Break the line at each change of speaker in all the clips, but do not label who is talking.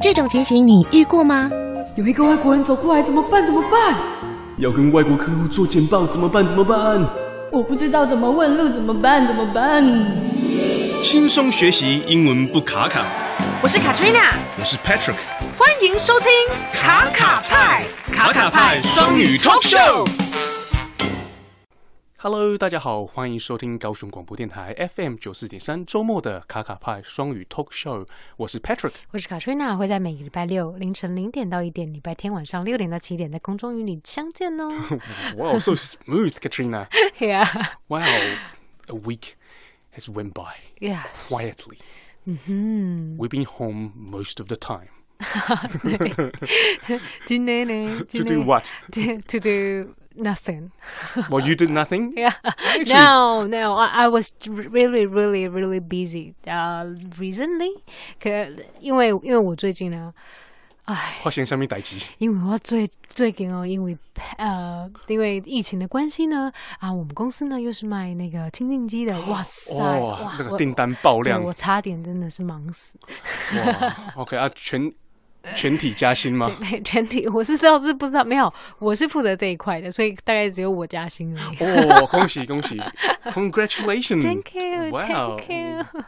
这种情形你遇过吗？
有一个外国人走过来，怎么办？怎么办？
要跟外国客户做简报怎么办？怎么办？
我不知道怎么问路，怎么办？怎么办？
轻松学习英文不卡卡。
我是 Katrina，
我是 Patrick，
欢迎收听卡卡派
卡卡派双语 talk show。Hello，大家好，欢迎收听高雄广播电台 FM 九四点三周末的卡卡派双语 talk show，我是 Patrick。
我是卡翠娜，会在每个礼拜六凌晨零点到一点，礼拜天晚上六点到七点，在空中与你相见 哦。
Wow, so smooth, Katrina.
yeah,
Wow, a week has went by
yeah.
quietly.
嗯
We've been home most of the time
今天呢
to do what?
To, to do nothing.
Well, you did nothing.
Yeah. No, no. I, I was really, really, really busy. Uh, recently, 可因为因为我最近呢，
发现上面 代志，
因为我最最近哦，因为呃，因为疫情的关系呢，啊，我们公司呢又是卖那个清净机的，哇塞，
哦哇，
哇，
那个
我
订单爆
对
量
我，差点真的是忙死。
哇，OK 啊，全全体加薪吗？
对，全体我是知道是不知道，没有，我是负责这一块的，所以大概只有我加薪而已。
哦，恭喜 恭喜，Congratulations！
Thank you，Thank you。
哇哦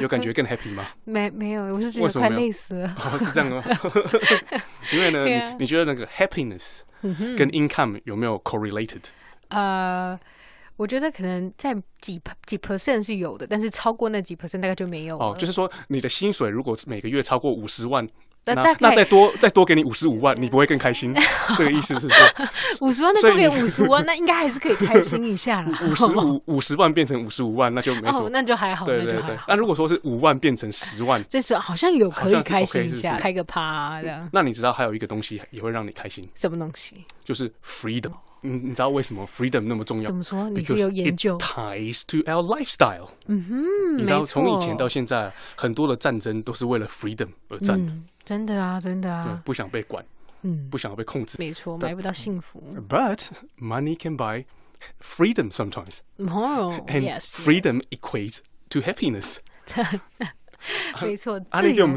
有感觉更 happy 吗？
没没有，我是觉
为
得
什么
快
没有
累死了。
哦，是这 样吗？因为呢，
对啊
你你觉得那个 happiness
嗯
跟 income 有没有 correlated？
呃，我觉得可能在几 per- 几 percent 是有的，但是超过那几 percent 大概就没有了。
哦，就是说你的薪水如果每个月超过五十万。
那
那
大
那
概
再多再多给你五十 五万，你不会更开心？这个意思是不是？
五十万，那
所以
多给
你。
五十万，那应该还是可以开心一下啦
五十 五五十万变成五十五万，那就没什么。
哦，那就还好，
对
那
对
就还
对。
好。
那如果说是五万变成十万，
就是好像有可
好像
以
是
开
OK，
心一
是不
下，
是
开个趴啊这样。
那你知道还有一个东西也会让你开心，
什么东西？
就是 freedom。你你知道为什么 freedom 那么重要？
怎么说你
Because
是有研究
it ties to our lifestyle。
嗯，
你
没
知道，
错。
从以前到现在，很多的战争都是为了 freedom 而战，
嗯，真的啊，真的
对
啊，，
不想被管，
嗯，
不想被控制。
没错，买不到幸福。
But money can buy freedom sometimes,
哦
and
，yes，
freedom equates to happiness。
yes，没错，
啊，
自
你对
由
不，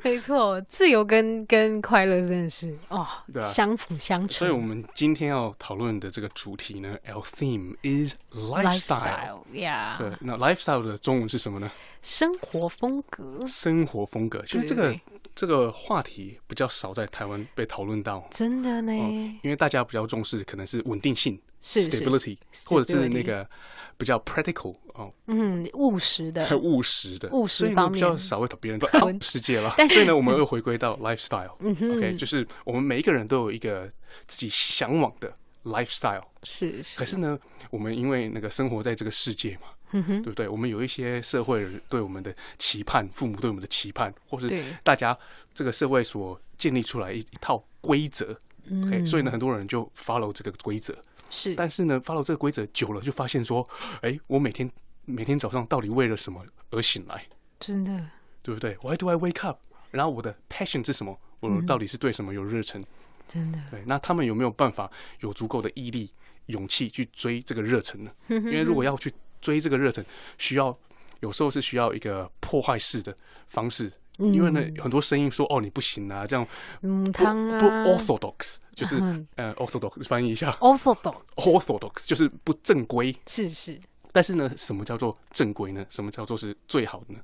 没错，自由跟跟快乐真的是哦
对，啊
相辅相成。
所以，我们今天要讨论的这个主题呢，our theme is lifestyle。对
lifestyle，yeah，，
那 lifestyle 的中文是什么呢？
生活风格
生活风格。其实这个
嗯对
这个话题比较少在台湾被讨论到，
真的
嗯
呢，，
因为大家比较重视可能是稳定性
是是
（stability）
是
或者是那
stability
个比较 practical 哦，
嗯，务实的
很 务实的，
务实
所以呢
方
比较
面
少会讨别人到到世界了。
但是嗯
所以呢，我们又回归到 lifestyle。
哼
OK，就是我们每一个人都有一个自己向往的 lifestyle。
是是
可是呢，我们因为那个生活在这个世界嘛，
嗯
对不对？我们有一些社会人对我们的期盼，父母对我们的期盼，或是
对
大家这个社会所建立出来一一套规则。OK，所以呢，很多人就 follow 这个规则，
是，
但是呢，follow 这个规则久了，就发现说，哎，我每天每天早上到底为了什么而醒来，
真的
对不对？Why do I wake up？然后我的 passion 是什么？我到底是对什么有热忱？
真的
对，那他们有没有办法有足够的毅力、勇气去追这个热忱呢？因为如果要去追这个热忱，需要有时候是需要一个破坏式的方式，因为呢，
嗯
很多声音说哦你不行啊，这样
母
不
汤啊
不 orthodox，就是
嗯
呃 orthodox 翻译一下
，orthodox，
orthodox 就是不正规。
是是，
但是呢，什么叫做正规呢？什么叫做是最好的呢？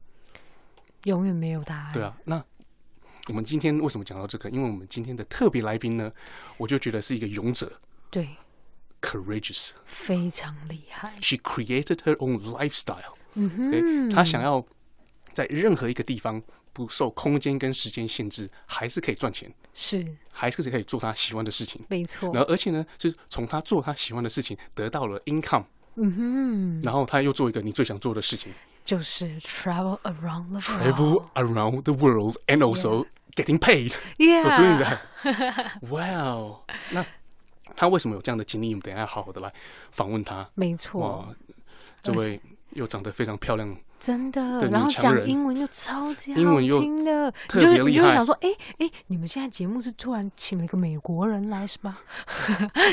永远没有答案。
对啊，那我们今天为什么讲到这个？因为我们今天的特别来宾呢，我就觉得是一个勇者
对，
，courageous。
非常厉害。
She created her own lifestyle。嗯她想要在任何一个地方不受空间跟时间限制，还是可以赚钱，
是，
还是可以做她喜欢的事情。
没错
然，后，而且呢，是从她做她喜欢的事情得到了 income，
嗯哼，
然后她又做一个你最想做的事情
就是 travel around the
，travel around the world and also getting paid for doing
world，yeah，
that。Wow，那她为什么有这样的经历？我们等一下好好的来访问她。
没错，
哇，这位又长得非常漂亮，
真的
对。
然后
女强
讲
人
英文又超级
英
好
文又
听的，
特
你就
别
你
厉
就会
害
想说，哎哎，你们现在节目是突然请了一个美国人来是吧？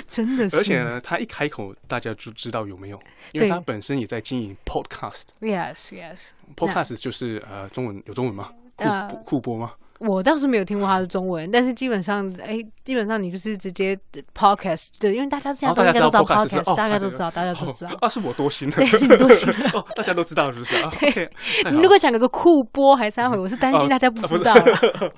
真的是，
而且呢，他一开口，大家就知道有没有，因为
对
他本身也在经营 podcast。
，yes yes，
podcast 就是呃，中文有中文吗？酷
呃
酷播吗？
我倒是没有听过他的中文，但是基本上，哎，基本上你就是直接 podcast 对，因为大家现在都
然后大
应
家
该
知
都
道
知道
podcast 是哦
podcast，大家
啊
都
这
知
个
道，大家都知道
哦。啊，是我多心了，
对是你多心了
哦，大家都知道是不是？啊
对
OK，太好
你
了
如果讲个酷播还三回，我是担心
哦
大家
啊
不
不
知
是
道啦
哦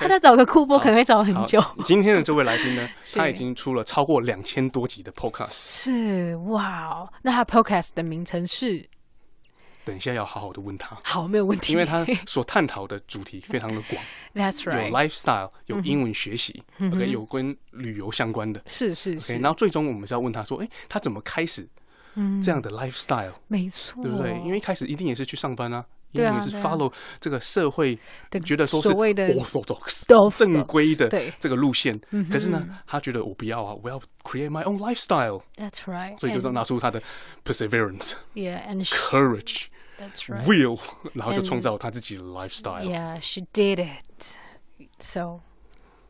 大
OK
家找个酷播可能会找很久。
好 今天的这位来宾呢，
是
他已经出了超过两千多集的 podcast，
是哇哦，那他 podcast 的名称是
等一下要好好的问他，
好没有问题，
因为他所探讨的主题非常的广，
That's
有
right，嗯
lifestyle，有英文学习、o k 有跟旅游相关的。
是是
OK，
是，
然后最终我们是要问他说，哎、他怎么开始这样的 lifestyle，、
嗯没错，
对不对？因为一开始一定也是去上班啊，因
对啊
为你是
对啊
follow 这个社会
的
觉得说是
所谓的
orthodox
orthodox，
正规的
对嗯
这个路线，可是呢，他觉得我不要啊，我要 create my own lifestyle，
That's right，
所以就
and-
拿出他的 perseverance、
Yeah，and she-
courage、
that's right。
will，然后就
And-
创造他自己的 lifestyle。
Yeah, she did it. So，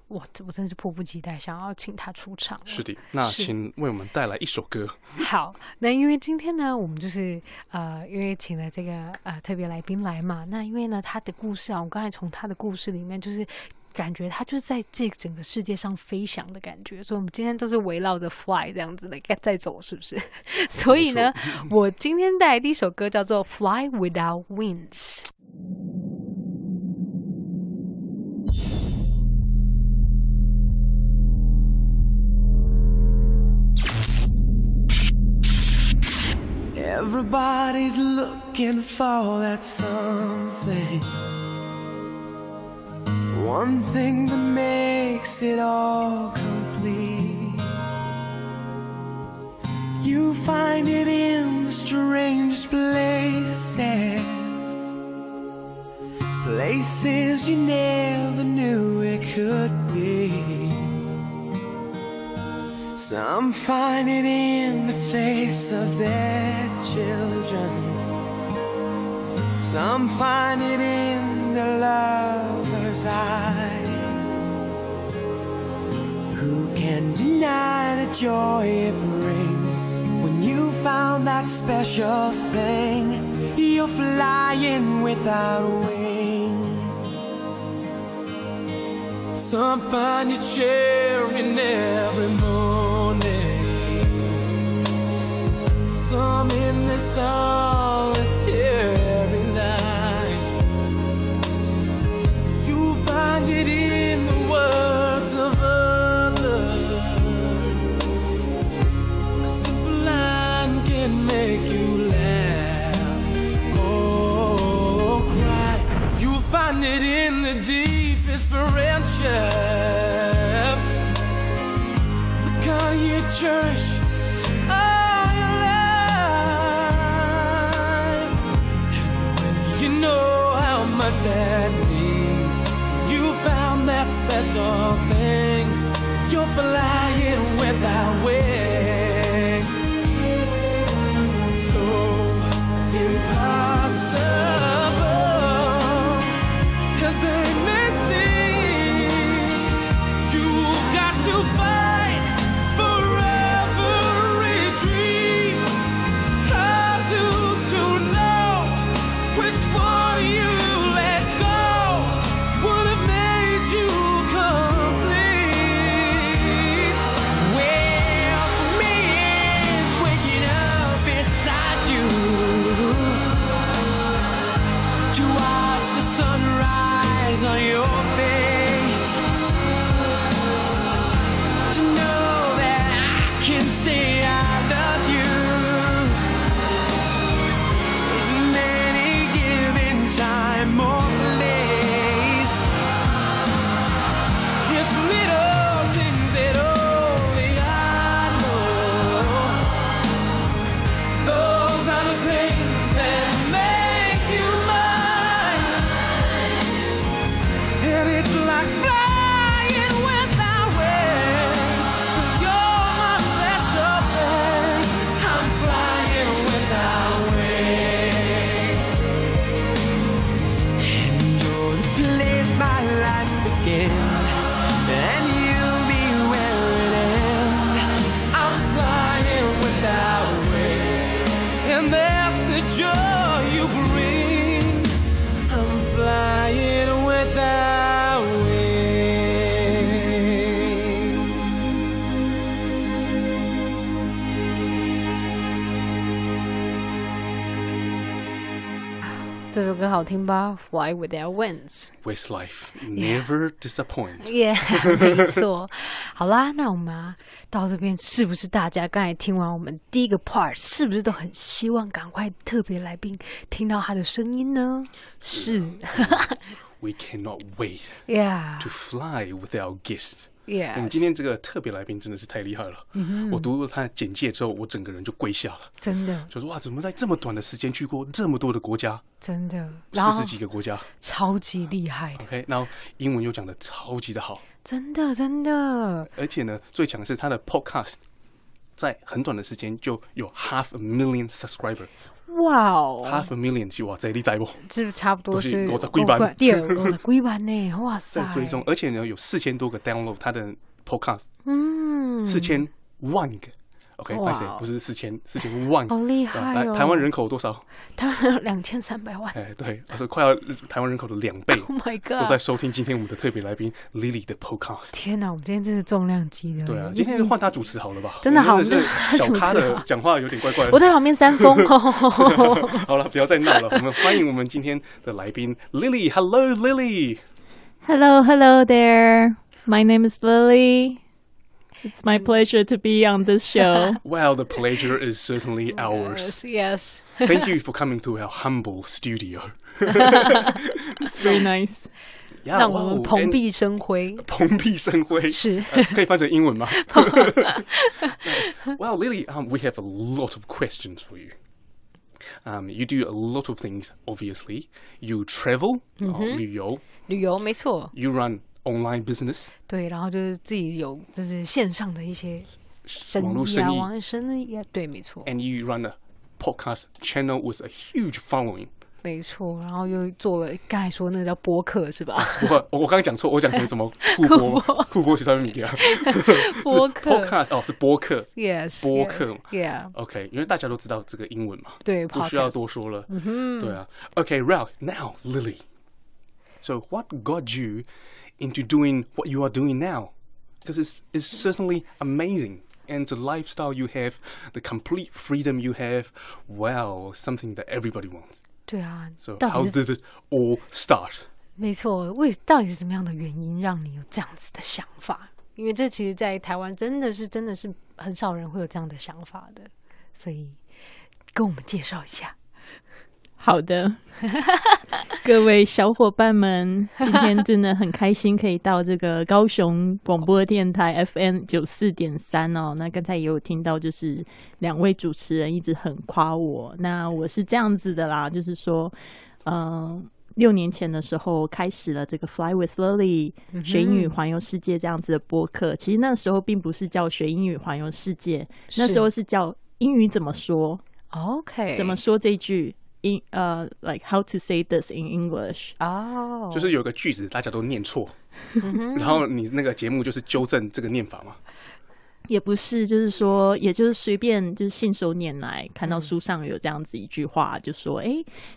我我真是迫不及待想要请她出场了。
是的，那
是
请为我们带来一首歌。
好，那因为今天呢，我们就是呃，因为请了这个呃特别来宾来嘛，那因为呢，他的故事啊，我刚才从他的故事里面就是。感觉他就是在这整个世界上飞翔的感觉，所以我们今天都是围绕着 fly 这样子的在走，是不是？ 所以呢，我今天带来第一首歌叫做《Fly Without Wings》。
Everybody's looking for that something. One thing that makes it all complete. You find it in the strangest places. Places you never knew it could be. Some find it in the face of their children. Some find it in the lover's eyes. Who can deny the joy it brings when you found that special thing? You're flying without wings. Some find your chair in every morning. Some in the solitary night. You find it in the words of others. A simple line can make you laugh or cry. You'll find it in the deepest friendship. The kind you cherish. all your life. And when You know how much that means. You found that special thing. You're flying without wings. So impossible as they may seem. You got to fight for every dream. 'Cause who's to know which one you let go would have made you complete? Well, for me, it's waking up beside you to watch the sunrise on your face. To know that I can say I love you. In any given time or place. It's little things that only I know. Those are the things that make you mine. And it's like flying without wings. Cause you're my special thing. I'm flying without wings. And you're the place my life begins. And you'll be where it ends. I'm flying without wings. And that's the joy you bring. I'm flying without.
歌好听吧？Fly Without Wings。
Westlife never disappoint。
耶、 没错。好啦，那我们啊、到这边，是不是大家刚才听完我们第一个 part，是不是都很希望赶快特别来宾听到他的声音呢？是
We cannot wait
，Yeah，
to fly without guests。我
Yeah，
嗯们今天这个特别来宾真的是太厉害了。
嗯
我读过他的简介之后，我整个人就跪下了，
真的
就是哇，怎么在这么短的时间去过这么多的国家，
真的，然
四
后
十几个国家
超级厉害的，
？OK，然后英文又讲的超级的好，
真的真的
而且呢，最强的是他的 Podcast 在很短的时间就有 half a million subscriber，half
哇哦，
a million 是哇，这力在不？
这差不多
都是
是
五十几万
对， 五十几万呢，哇塞
在，追踪，而且呢，有四千多个 download 他的 Podcast，
嗯，
四千万个。OK，
哇
拍谁？不是四千，四千万个，
好厉害
来
哦
台湾人口多少？
他们有两千三百万
哎，对，他说快要台湾人口的两倍
，，Oh my
都
God！
在收听今天我们的特别来宾 Lily 的 Podcast。
天哪，我们今天真是重量级的，
对啊，今天换他主持好了吧？
真的好
我们真的
我
是
们就
小咖
主持
的
好
讲话有点怪怪的。
我在旁边扇 风哦。
好了，不要再闹了。我们欢迎我们今天的来宾 Lily。Hello Lily，
Hello, hello there. My name is Lily. It's my pleasure to be on this show.
well the pleasure is certainly ours.
yes.
Thank you for coming to our humble studio.
It's very nice.
Yeah,
让我们
wow,
蓬
and- 哦
荜生辉。
蓬荜生辉
是
呃可以翻成英文吗 ？Well, Lily, um, we have a lot of questions for you. Um, you do a lot of things, obviously. You travel, 哦
Mm-hmm.
旅游
嗯旅游没错，
，you run online business，
对，然后就是自己有就是线上的一些生
网络
意啊，
生意哎
网生意啊，对，没错，
and you run a podcast channel with a huge following.
没错，然后又做了刚才说那个叫播客是
啊
吧？
我我刚刚讲错，我讲成什么？酷播，酷播其他米啊，是
播客
podcast 哦，是播客。
yes，
播客
yeah，
OK，因为大家都知道这个英文嘛，
对
不需要
podcast
多说了。对啊。Okay, well, now Lily. So what got you into doing what you are doing now? Because it's it's certainly amazing. And the lifestyle you have, the complete freedom you have, wow, something that everybody wants.
对啊
So，
到
how
底是
did it all start?
没错，为到底是什么样的原因让你有这样子的想法？因为这其实，在台湾真的是真的是很少人会有这样的想法的，所以跟我们介绍一下。
好的， 各位小伙伴 们，今天真的很开心，可以到这个高雄广播电台 FM 九四点三哦。那刚才也有听到，就是两位主持人一直很夸我。那我是这样子的啦，就是说，嗯、六年前的时候开始了这个 Fly with Lily
嗯
学英语环游世界这样子的播客。其实那时候并不是叫学英语环游世界，那
是
时候是叫英语怎么说。
OK，
怎么说这句 in 呃、like how to say this in English？
哦？嗯
就是有个句子大家都念错，然后你那个节目就是纠正这个念法嘛。
也不是，就是说，也就是随便就是信手拈来，看
嗯
到书上有这样子一句话，就说：“哎、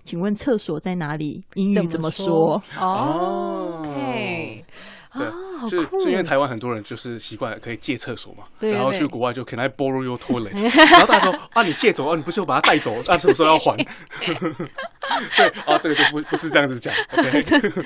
请问厕所在哪里？英语怎么说？”
哦，OK，
对，
啊
是
好酷
是因为台湾很多人就是习惯可以借厕所嘛，
对对
然后去
对
国外就 Can I borrow your toilet？然后大家说啊，你借走啊，你不是要把它带走？那、啊、什么时候要 还？所以啊，这个就不不是这样子讲，OK？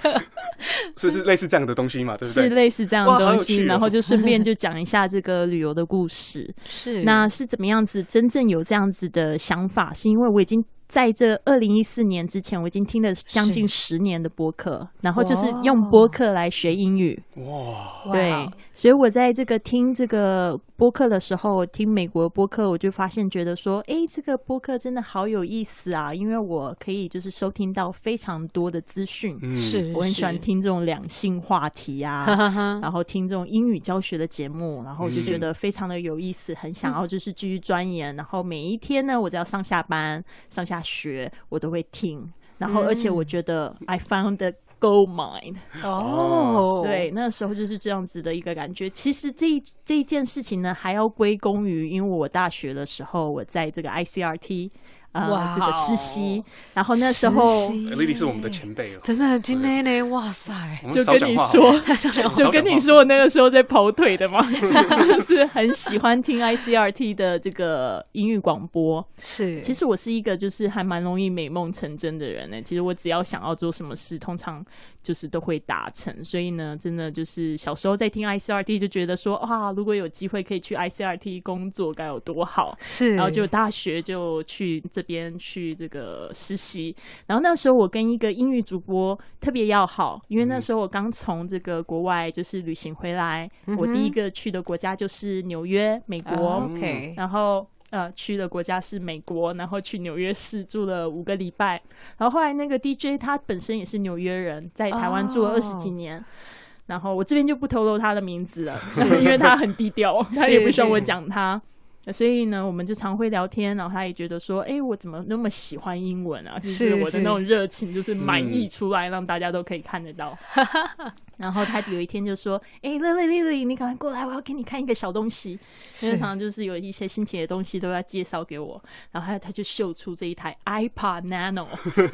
是 是类似这样的东西嘛，对不对？
是类似这样
哇
的
好有
东西，
趣哦
然后就顺便就讲一下这个旅游的故事。
是
那是怎么样子？真正有这样子的想法，是因为我已经在这二零一四年之前，我已经听了将近十年的播客，然后就是用
哇
播客来学英语。
哇，
对，所以我在这个听这个播客的时候，听美国播客，我就发现觉得说，诶，这个播客真的好有意思啊，因为我可以就是收听到非常多的资讯。
嗯，
是
我很喜欢
是
听这种两性话题
哈
啊，
哈
然后听这种英语教学的节目，然后就觉得非常的有意思，很想要就是继续钻研。然后每一天呢，我只要上下班、上下学，我都会听。然后，而且
嗯
我觉得 I found the gold mine。
哦，
对，，那时候就是这样子的一个感觉。其实这一这一件事情呢，还要归功于，因为我大学的时候，我在这个 ICRT。呃
哇哦
这个实习，然后那时候
实习
呃 Lily 是我们的前辈了，
真的今天呢，哇塞
我，们
就
少
跟
讲
你
话好
说
了，
太上了，
就跟你说，我那个时候在跑腿 的嘛，其实就是很喜欢听 ICRT 的这个英语广播。
是，
其实我是一个就是还蛮容易美梦成真的人呢、欸其实我只要想要做什么事，通常就是都会达成。所以呢，真的就是小时候在听 ICRT 就觉得说，哇，如果有机会可以去 ICRT 工作该有多好。
是，
然后就大学就去这边去这个实习，然后那时候我跟一个英语主播特别要好，因
嗯
为那时候我刚从这个国外就是旅行回来，我第一个去的国家就是纽约，美国，
嗯哦 OK，
然后呃去的国家是美国，然后去纽约市住了五个礼拜，然后后来那个 DJ 他本身也是纽约人，在台湾住了
哦
二十几年。然后我这边就不透露他的名字 了，因为他很低调，他也不希望我讲他。所以呢，我们就常会聊天，然后他也觉得说，哎、我怎么那么喜欢英文啊？就是是我的
是
那种热情，就是满溢出来，让大家都可以看得 到。然后他有一天就说：“哎、乐乐乐乐，你赶快过来，我要给你看一个小东西。”因为常常就是有一些新奇的东西都要介绍给我，然后他他就秀出这一台 iPad Nano，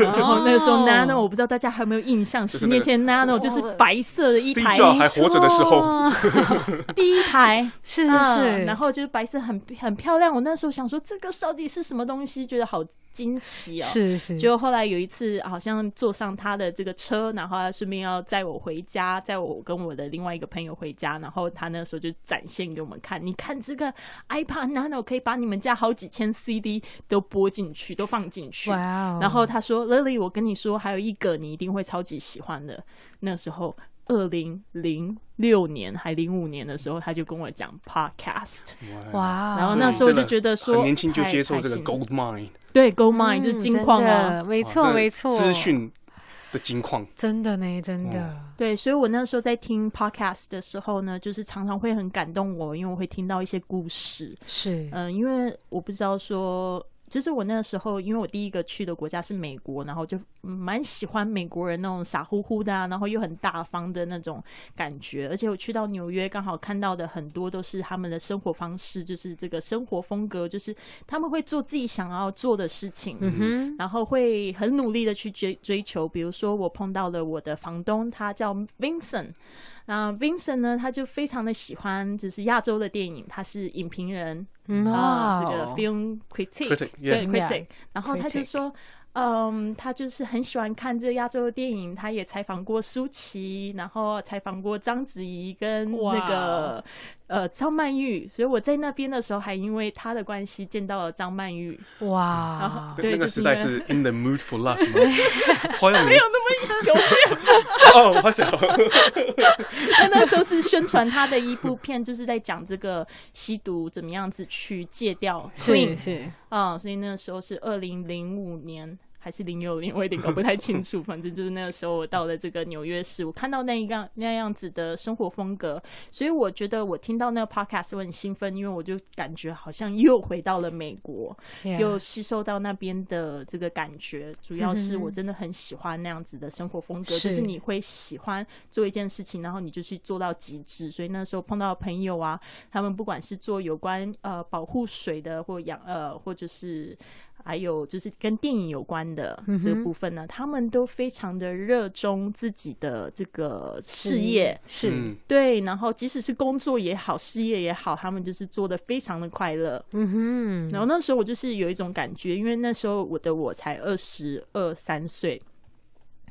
然后那个时
哦
候 Nano 我不知道大家还有没有印象，
是
十
那
年
个
前 Nano 就是白色的一
Steve
台
Jobs 还活着的时候，
哇
第一台，
是
嗯
是，
然后就是白色很很漂亮。我那时候想说这个到底是什么东西，觉得好惊奇哦。
是是，
就后来有一次，啊好像坐上他的这个车，然后他顺便要载我回家，载我跟我的另外一个朋友回家，然后他那时候就展现给我们看，你看这个 iPad Nano 可以把你们家好几千 CD 都播进去，都放进去。
哇哦，
然后他说：“Lily，我跟你说，还有一个你一定会超级喜欢的。”那时候，二零零六年还零五年的时候，他就跟我讲 Podcast，
哇哦，
然后那时候
真的
就觉得说
很年轻就
太
接受
开
这个
心了
gold mine，
对 Go Mine、就是
嗯
金矿
真
啊
的。没
哇
错
这
没错，
资讯的金矿，
真的呢，
嗯
真的
对，所以我那时候在听 podcast 的时候呢，就是常常会很感动我，因为我会听到一些故事。
是
嗯、因为我不知道说，就是我那时候，因为我第一个去的国家是美国，然后就嗯蛮喜欢美国人那种傻乎乎的啊，然后又很大方的那种感觉。而且我去到纽约，刚好看到的很多都是他们的生活方式，就是这个生活风格，就是他们会做自己想要做的事情。嗯
嗯
然后会很努力的去追追求。比如说，我碰到了我的房东，他叫 Vincent。那 Vincent 呢，他就非常的喜欢就是亚洲的电影，他是影评人
嗯
啊、这个
哦
film critic，,
Critic，
对
yeah
critic
Yeah。
然后他就
Critic
说。嗯，他就是很喜欢看这个亚洲的电影，他也采访过舒淇，然后采访过章子怡跟
哇
那个呃张曼玉，所以我在那边的时候还因为他的关系见到了张曼玉，然
哇
后，对
那个
就是
时代
因为
是 in the mood for love 吗？花样年
那么久没有
哦，我发现了
他那时候是宣传他的一部片，就是在讲这个吸毒怎么样子去戒掉 clean
是是
啊、所以那时候是二零零五年还是零六年，我有点搞不太清楚。 反正就是那个时候我到了这个纽约市，我看到那一样那样子的生活风格，所以我觉得我听到那个 podcast 我很兴奋，因为我就感觉好像又回到了美国。又
Yeah，
吸收到那边的这个感觉，主要
嗯
是我真的很喜欢那样子的生活风格，
是
就是你会喜欢做一件事情，然后你就去做到极致。所以那时候碰到朋友啊，他们不管是做有关呃保护水的，或养呃，或者是还有就是跟电影有关的这个部分呢，他们都非常的热衷自己的这个事业。
是
嗯
对，然后即使是工作也好，事业也好，他们就是做的非常的快乐。
嗯哼
然后那时候我就是有一种感觉，因为那时候我的我才二十二三岁，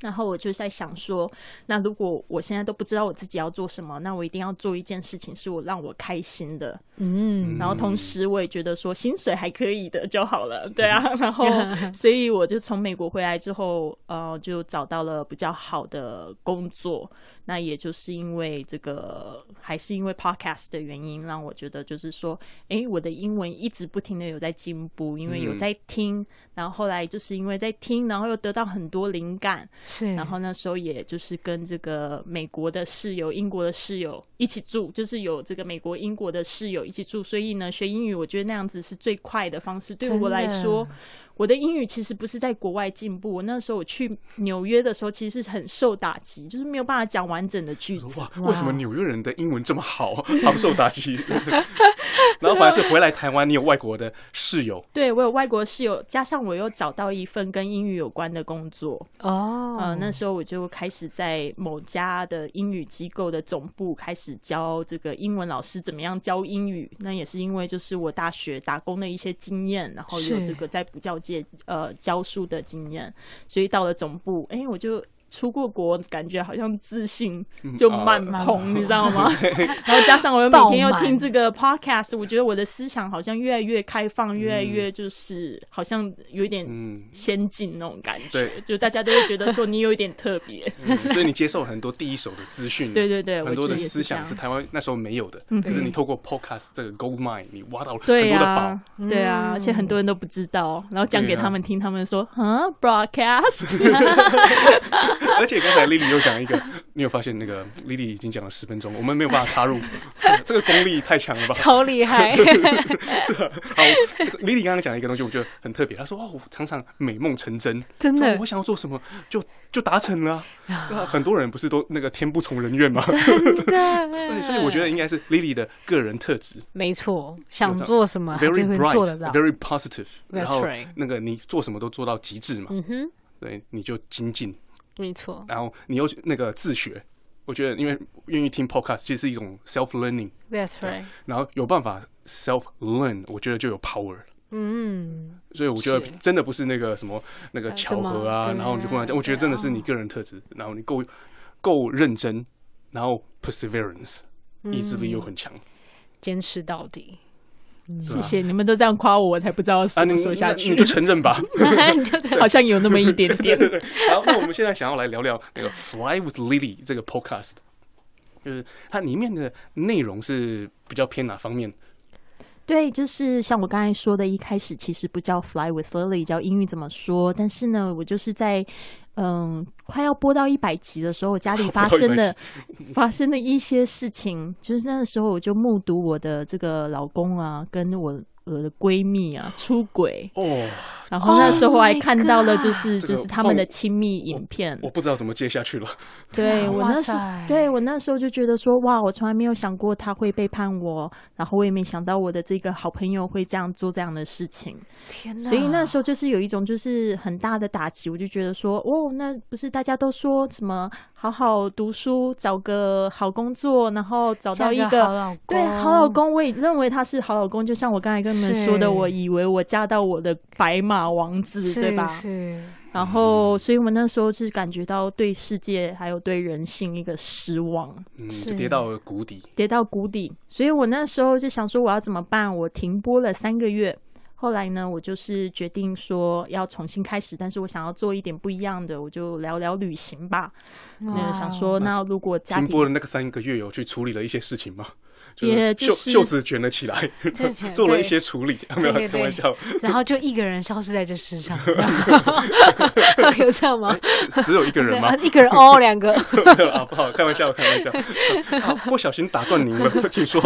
然后我就在想说，那如果我现在都不知道我自己要做什么，那我一定要做一件事情是我让我开心的，
嗯
然后同时我也觉得说薪水还可以的就好了，对啊， 然后所以我就从美国回来之后，呃，就找到了比较好的工作。那也就是因为这个，还是因为 podcast 的原因，让我觉得就是说，诶，我的英文一直不停的有在进步，因为有
嗯
在听，然后后来就是因为在听，然后又得到很多灵感，
是，
然后那时候也就是跟这个美国的室友、英国的室友一起住，就是有这个美国、英国的室友一起住，所以呢，学英语我觉得那样子是最快的方式。对
真
我来
的
说，我的英语其实不是在国外进步，我那时候我去纽约的时候，其实是很受打击，就是没有办法讲完整的句子
我说。哇，为 什么纽约人的英文这么好，饱受打击？ 然后反而是回来台湾，你有外国的室友，
对我有外国室友，加上我又找到一份跟英语有关的工作，
哦，
呃，那时候我就开始在某家的英语机构的总部开始教这个英文老师怎么样教英语。那也是因为就是我大学打工的一些经验，然后有
是
这个在补教界呃教书的经验，所以到了总部，哎、我就。出过国，感觉好像自信就满
啊
棚，你知道吗？然后加上我又每天又
爆满
听这个 podcast，我觉得我的思想好像越来越开放，越来越就是好像有一点
嗯
先进那种感觉，
对
就大家都会觉得说你有一点特别。
嗯所以你接受很多第一手的资讯，
对对对
很多
我觉得
的
也是
思
这
想
样嗯
是台湾那时候没有的，可是你透过 podcast 这个 gold mine，你挖到了很多
对
的
呀、
宝。
对
嗯
啊，而且很多人都不知道，然后讲给他们听，他们说啊，broadcast，
而且刚才 Lily 又讲一个，你有发现那个 Lily 已经讲了十分钟，我们没有办法插 入，这个功力太强了吧？啊
超厉 害，
好，Lily 刚刚讲了一个东西，我觉得很特别。她说：“哦，我常常美梦成真，
真的
就我想要做什么就就达成了、啊。对啊”很多人不是都那个天不从人愿吗？
真的
对，所以我觉得应该是 Lily 的个人特质
没错，想做什么他就
，very
会啊做得到。
bright，very positive，然后
right
那个你做什么都做到极致嘛，
嗯哼，
对，你就精进，
没错，
然后你又那个自学。我觉得，因为愿意听 podcast 其实是一种 self learning，
That's right，
然后有办法 self learn，我觉得就有 power。
嗯，
所以我觉得
是
真的不是那个什么那个巧合啊，
什么
然后你就忽然
对
讲，
啊
我觉得真的是你个人特质，然后你够够认真，然后 perseverance
嗯
意志力又很
嗯
强
坚持到底，
谢谢你们都这样夸我，我才不知道
嗯啊，
怎
你
么说下
那
去
你就，承 认吧。
就是
好像有那么一点点。
好，那我们现在想要来聊聊那个 Fly with Lily 这个 podcast，就是它里面的内容是比较偏哪方面？
对，就是像我刚才说的，一开始其实不叫 Fly with Lily，叫英语怎么说？但是呢，我就是在嗯快要播到一百集的时候，我家里 发
播到
生的
100
发生的一些事情，就是那个时候我就目睹我的这个老公啊，跟我我的闺蜜啊出轨，
哦，
然后那时候
Oh
我还
my
看到了就是、
God
就是他们的亲密影片，
我不知道怎么接下去了。
对
啊哇
我那时候
塞，
对我那时候就觉得说，哇，我从来没有想过他会背叛我，然后我也没想到我的这个好朋友会这样做这样的事情，
天哪！
所以那时候就是有一种就是很大的打击，我就觉得说，哦，那不是大家都说什么好好读书，找个好工作，然后找到一
嫁个好老公
对好老公，我也认为他是好老公，就像我刚才跟你们说
是
的，我以为我嫁到我的白马王子，
是
对吧？
是
然后，所以我们那时候是感觉到对世界还有对人性一个失望，
嗯，
是
就跌到了谷底。
跌到谷底。所以我那时候就想说，我要怎么办？我停播了三个月。后来呢，我就是决定说要重新开始，但是我想要做一点不一样的，我就聊聊旅行吧。那想说，那如果家
停播
庭
的那个三个月，有去处理了一些事情吗？
也
袖
就是
袖子卷了起来
就是卷，
做了
对
一些处理，没有啊
对对
开 玩笑，
然后就一个人消失在这世 上， 有这样吗？
只有一个人吗？
一个人哦，两个
没有啊，不好，开玩笑，开 玩笑，好不小心打断您了，请说，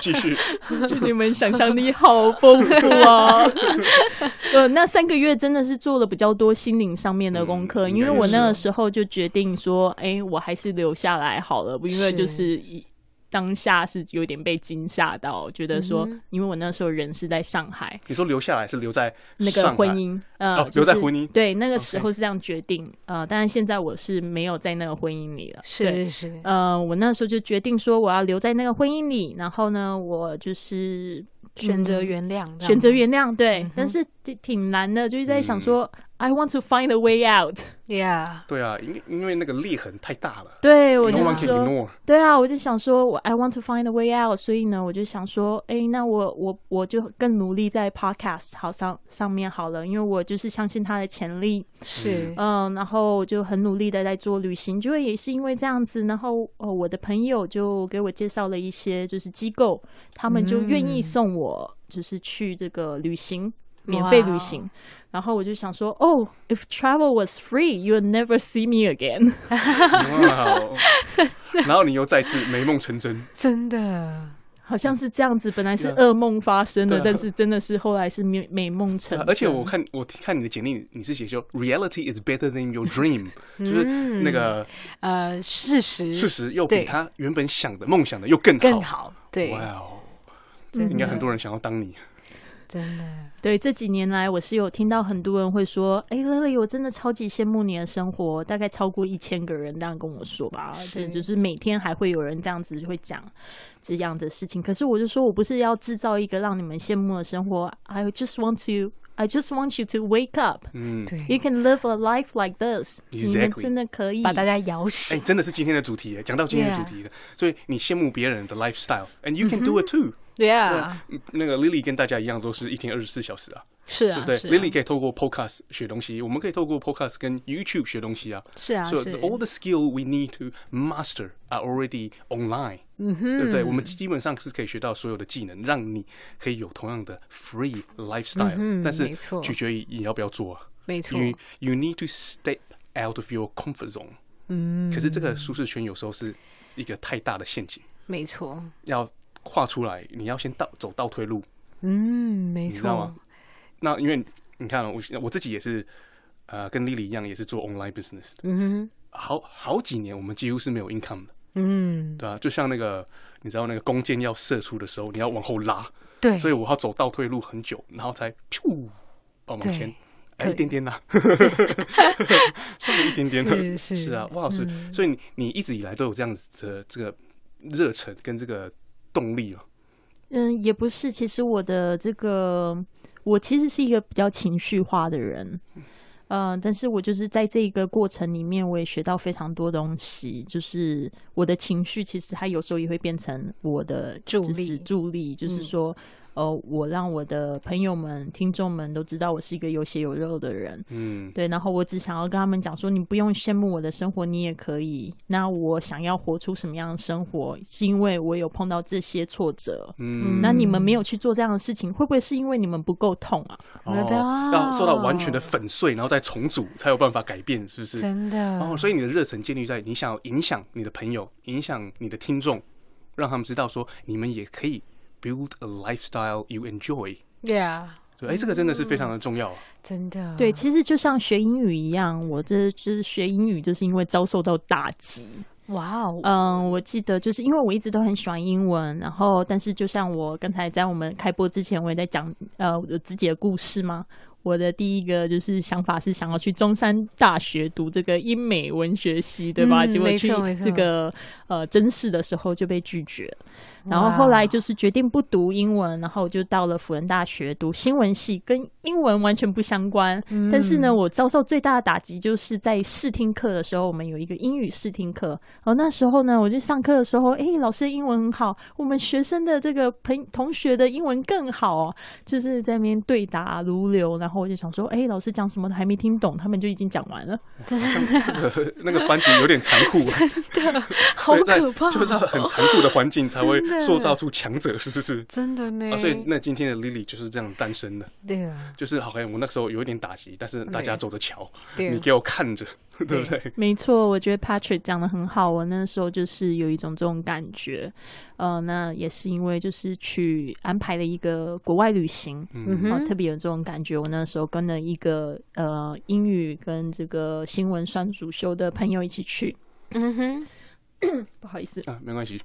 请继续。
你们想象力好丰富啊！呃，那三个月真的是做了比较多心灵上面的功课，
嗯
因为我
应该
那
是
个时候就决定说，哎、我还是留下来好了，因为
是
就是一当下是有点被惊吓到，觉得说，因为我那时候人是在上海，
你说留下来是留在
那
上
个
海
婚，姻，呃，
哦
就
留在
是
婚姻
对，那个时候是这样决定，呃，当然现在我是没有在那个婚姻里了，对
是是，
呃，我那时候就决定说我要留在那个婚姻里，然后呢，我就是
选择
嗯
原谅，嗯
选择原谅，对，但是挺挺难的，就是在想说、i want to find a way out
，Yeah，
对啊，因为因为那个裂痕太大了。
对。我
No
就
one
是
can
说，
ignore，
对啊，我就想说我 I want to find a way out，所以呢，我就想说，哎，那我我我就更努力在 podcast 好上上面好了，因为我就是相信它的潜力，
是
嗯，然后我就很努力的在做旅行，就也是因为这样子，然后呃，我的朋友就给我介绍了一些就是机构，他们就愿意送我就是去这个旅行，免费旅行。然后我就想说，哦、i f travel was free, you'll never see me again。
哇哦然后你又再次美梦成真，
真的，
好像是这样子，本来是
对啊
噩梦发生的，
对啊啊
但是真的是后来是美美梦成真。
而且我看我看你的简历，你是写说 reality is better than your dream，就是
嗯
那个
呃，事实
事实又
对
比他原本想的梦想的又更好。
更好，对，
哇哦，
真的
应该很多人想要当你。
真的，
对这几年来，我是有听到很多人会说：“哎，Lily，我真的超级羡慕你的生活。”大概超过一千个人这样跟我说吧，
是
这就是每天还会有人这样子会讲这样的事情。可是我就说我不是要制造一个让你们羡慕的生活，I just want to。I just want you to wake up.
嗯，
对，
You can live a life like this. 你们
Exactly.
真的可以
把大家摇醒
哎，，真的是今天的主题耶，讲到今天的主题了。所以你羡慕别人的 lifestyle，and you can do it too。
对
对
Mm-hmm 啊，
啊，那个 Lily 跟大家一样，都是一天二十四小时啊，
是
对
啊
不，对
是啊
？Lily 可以透过 podcast 学东西，我们可以透过 podcast 跟 YouTube 学东西啊。
是啊，
So
是
all the skill we need to master are already online，、对不
嗯
对？我们基本上是可以学到所有的技能，让你可以有同样的 free lifestyle，、
嗯哼
但是
没错
取决于你要不要做、啊。
没错
You you need to step out of your comfort zone。嗯，可是这个舒适圈有时候是一个太大的陷阱，
没错，
要跨出来，你要先倒走倒退路，
嗯，没
你知道
错
吗，？那因为你看、哦，我我自己也是，呃，跟 Lily 一样，也是做 online business 的。
嗯
好好几年，我们几乎是没有 income 的，
哼，嗯，
对啊，就像那个你知道那个弓箭要射出的时候，你要往后拉，
对，
所以我要走倒退路很久，然后才噗往
对
前，
可
哎，
以
一点点啦， 上了一点点，
是是嗯
啊，哇，是，所以你你一直以来都有这样子的这个热忱跟这个动力哦，
嗯，也不是。其实我的这个，我其实是一个比较情绪化的人，嗯、但是我就是在这一个过程里面，我也学到非常多东西。就是我的情绪，其实它有时候也会变成我的
助
就
力
是助力，就是
嗯
说，呃，我让我的朋友们、听众们都知道我是一个有血有肉的人。
嗯，
对，然后我只想要跟他们讲说，你不用羡慕我的生活，你也可以。那我想要活出什么样的生活，是因为我有碰到这些挫折。
嗯
那你们没有去做这样的事情，会不会是因为你们不够痛啊？
我的
哦，要受到完全的粉碎，然后再重组，才有办法改变，是不是？
真的，
哦，所以你的热忱建立在你想要影响你的朋友，影响你的听众，让他们知道说你们也可以 build a lifestyle you enjoy。
对啊，
对，哎，这个真的是非常的重要啊。
真的，
对，其实就像学英语一样，我这就是学英语，就是因为遭受到打击。
哇哦，
嗯，我记得就是因为我一直都很喜欢英文，然后但是就像我刚才在我们开播之前，我也在讲呃我自己的故事嘛。我的第一个就是想法是想要去中山大学读这个英美文学系，对吧？
嗯
结果
没
去
错没错
这个呃真试的时候就被拒绝，然后后来就是决定不读英文，然后就到了辅仁大学读新闻系，跟英文完全不相关。但是
嗯
呢，我遭受最大的打击就是在试听课的时候，我们有一个英语试听课。然后那时候呢，我就上课的时候，诶，老师的英文很好，我们学生的这个朋同学的英文更好哦，就是在那边对答如流。然后我就想说，诶，老师讲什么还没听懂，他们就已经讲完了。
这个那个班级有点残酷 啊，
好
所以在
可怕，
就是要很残酷的环境才会
真的
塑造出强者，是不是？
真的呢
啊，，所以那今天的 Lily 就是这样诞生的，
对啊，
就是好像我那时候有一点打击，但是大家走着瞧，
对
你给我看着， 对不对？
没错，我觉得 Patrick 讲的很好。我那时候就是有一种这种感觉，呃，那也是因为就是去安排了一个国外旅行，
嗯
哦，
哼，
特别有这种感觉。我那时候跟了一个呃英语跟这个新闻双主修的朋友一起去，
嗯哼，
不好意思。
啊，没关系，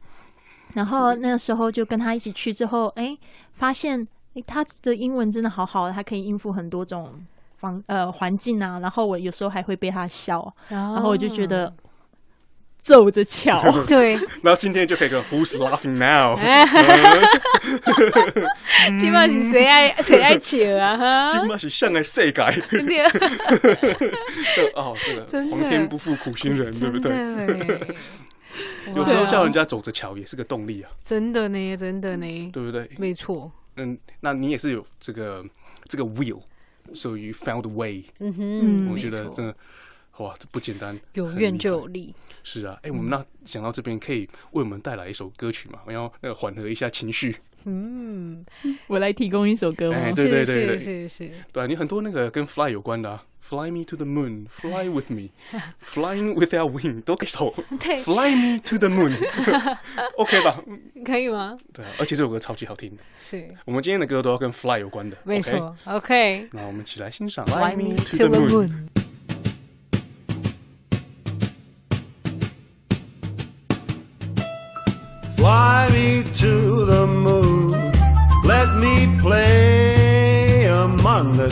然后那时候就跟他一起去之后，哎，发现哎他的英文真的好好，他可以应付很多种方呃环境啊。然后我有时候还会被他笑，然
然
后我就觉得皱哦着 瞧。
对，
然后今天就可以跟 Who's laughing now？呃
今晚是谁 爱谁爱请啊？
今
哈，
嘛是向来 世界。
对啊，
对哦，这个
真的
皇天不负苦心人，对不
真
对？
的欸，
有时候
哇哦
叫人家走着瞧也是个动力啊，
真的呢，真的呢，
对不对？
没错，
嗯，那你也是有这个这个 will，so you found a way，、
嗯哼，
我觉
没
得
错
真的哇，这不简单，
有
很厉
愿
害
就有力。
是啊，哎、我
嗯
们那讲到这边，可以为我们带来一首歌曲嘛？然后那个缓和一下情绪。
嗯，
我来提供一首歌吗？
哎对
是
对
是
对
是是，
对、啊，你很多那个跟 fly 有关的、啊、，fly me to the moon，fly with me，flying without wing 都可以走
对
，fly me to the moon，OK、吧？嗯
可以吗？
对啊，而且这首歌超级好听的。
是，
我们今天的歌都要跟 fly 有关的，
没
OK？
错。OK，
那我们一起来欣赏
Fly
Fly
me
me
to the
to the moon。
moon。
Fly me to the moon. Let me play among the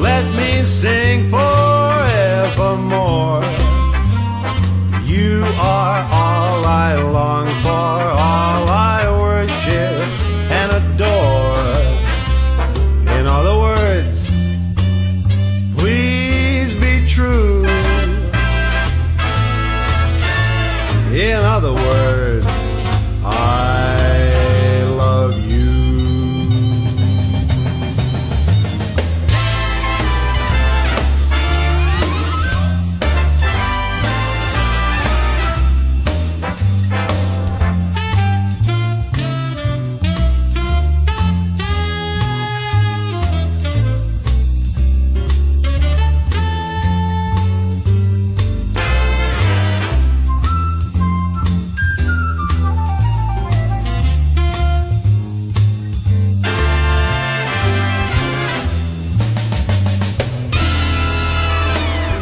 Let me sing forevermore. You are all I long for, all I worship and adore. In other words, please be true. In other words, I love you.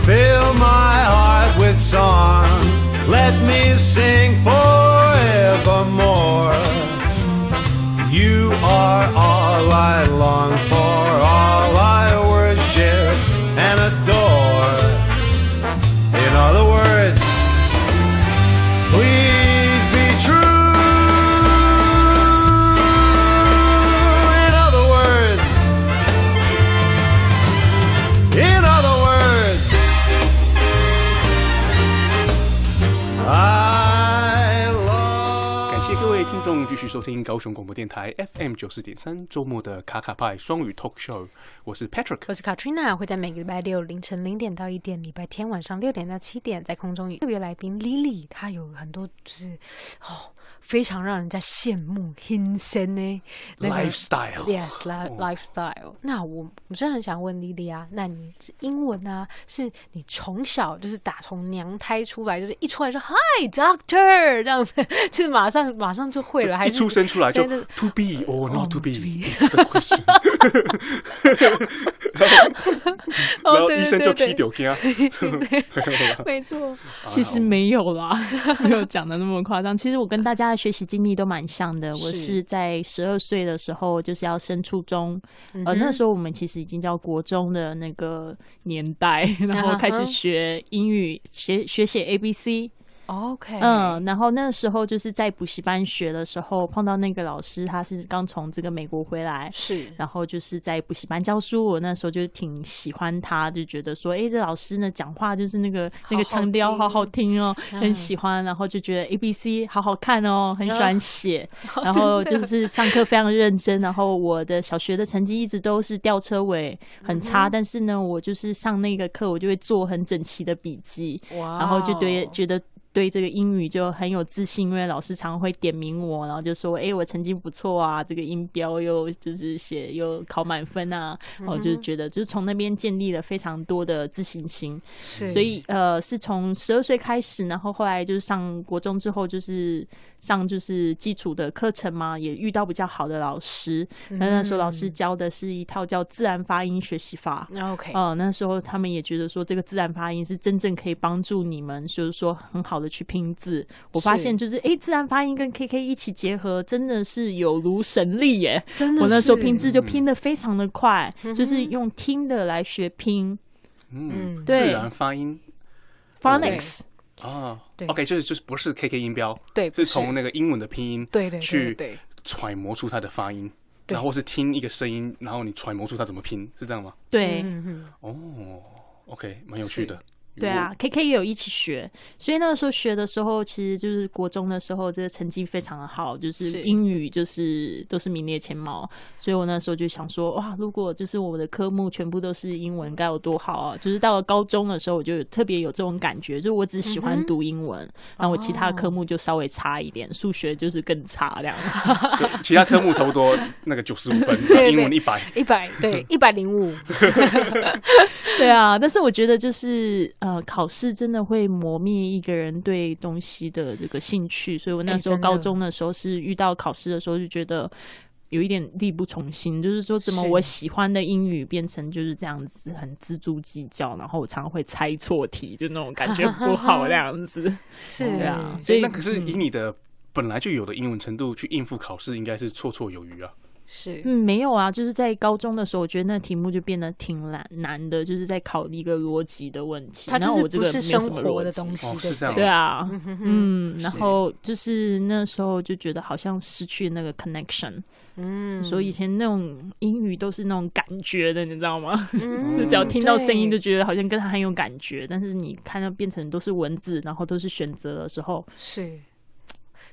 Fill my heart with song. Let me sing forevermore. You are all I long for, all I worship and adore. In other words, please be true. In other words, in other words, I love.
感谢各位听众继续收听高雄广播电台 FM 九四点三周末的卡卡派双语 talk show，我是 Patrick。
我是 Katrina，会在每个礼拜六凌晨零点到一点，礼拜天晚上六点到七点在空中与特别来宾 Lily，她有很多就是哦非常让人家羡慕、hinsen 呢那个
Lifestyle Oh
Yes, li- lifestyle。那我我真的很想问莉莉啊，那你这英文啊，是你从小就是打从娘胎出来，就是一出来就 Hi Doctor 这样子，就是马上马上就会了，还
一
是
出生出来就
真的
to be or not to be
to be
is the question，然
哦
后
对
医生
对
就
对
踢 丢听啊，
没错，
其实没有啦， 没有讲的那么夸张。其实我跟大家的学习经历都蛮像的。我是在十二岁的时候，就是要升初中，呃，
嗯
那时候我们其实已经叫国中的那个年代，然后开
啊
始
哈
学英语，学学写 A B C。
OK，
嗯，然后那时候就是在补习班学的时候，碰到那个老师，他是刚从这个美国回来，
是
然后就是在补习班教书，我那时候就挺喜欢他，就觉得说，诶，这老师呢讲话就是那个那个腔调
听嗯
好好听哦，很喜欢，然后就觉得 A B C 好好看哦，很喜
嗯
欢 写，
哦
然后就是上课非常认真，然后我的小学的成绩一直都是吊车尾，很
嗯
差，但是呢，我就是上那个课我就会做很整齐的笔记，
哇
然后就对
哦
觉得对这个英语就很有自信，因为老师常会点名我，然后就说：“诶，哎我成绩不错啊，这个音标又就是写又考满分啊。
嗯
然后就觉得就是从那边建立了非常多的自信心，
是，
所以呃是从十二岁开始，然后后来就是上国中之后就是上就是基础的课程嘛，也遇到比较好的老师。那那时候老师教的是一套叫自然发音学习法，
嗯啊 OK，
哦、那时候他们也觉得说这个自然发音是真正可以帮助你们，就是说很好的去拼字。我发
是
现就是诶，自然发音跟 KK 一起结合，真的是有如神力耶！
真的
我那时候
是嗯
拼字
嗯
就拼的非常的快，就是用听的来学拼
嗯，
对
自然发音，
phonics。
啊
对
，OK，就是就是不是 KK 音标，
对不
是
是
从那个英文的拼音
对对对
去
对
揣摩出它的发音，
对
然后是听一个声音，然后你揣摩出它怎么拼，是这样吗？嗯
对，
哦，OK，蛮有趣的。
对啊，K K 也有一起学，所以那个时候学的时候，其实就是国中的时候，这个成绩非常的好，就是
是
英语就是都是名列前茅，所以我那时候就想说，哇，如果就是我的科目全部都是英文，该有多好啊！就是到了高中的时候，我就有特别有这种感觉，就是我只喜欢读英文，然后我其他科目就稍微差一点，数学就是更差这样子。
如 果，对其他科目差不多那个九十五分，
对
英文
对
一百，
一百 对一百零五，
对啊，但是我觉得就是呃，考试真的会磨灭一个人对东西的这个兴趣，所以我那
哎
时候
真的
高中的时候是遇到考试的时候就觉得。有一点力不从心，就是说，怎么
是
我喜欢的英语变成就是这样子，很锱铢计较，然后我常常会猜错题，就那种感觉不 好这样子。
是
对啊，所
所以
以
那可
嗯
是以你的本来就有的英文程度去应付考试，应该是绰绰有余啊。
是
嗯，没有啊，就是在高中的时候，我觉得那题目就变得挺难难的，就是在考一个逻辑的问题。
它
然后我
就
这个没
是不是
有
生
什么
活
逻
的
辑
东西，
哦
对
是这样
对啊，
哼
嗯，然
是
后就是那时候就觉得好像失去那个 connection，、
嗯，
所以以前那种英语都是那种感觉的，你知道吗？
嗯
就只要听到声音就
对
觉得好像跟它很有感觉，但是你看到变成都是文字，然后都是选择的时候，
是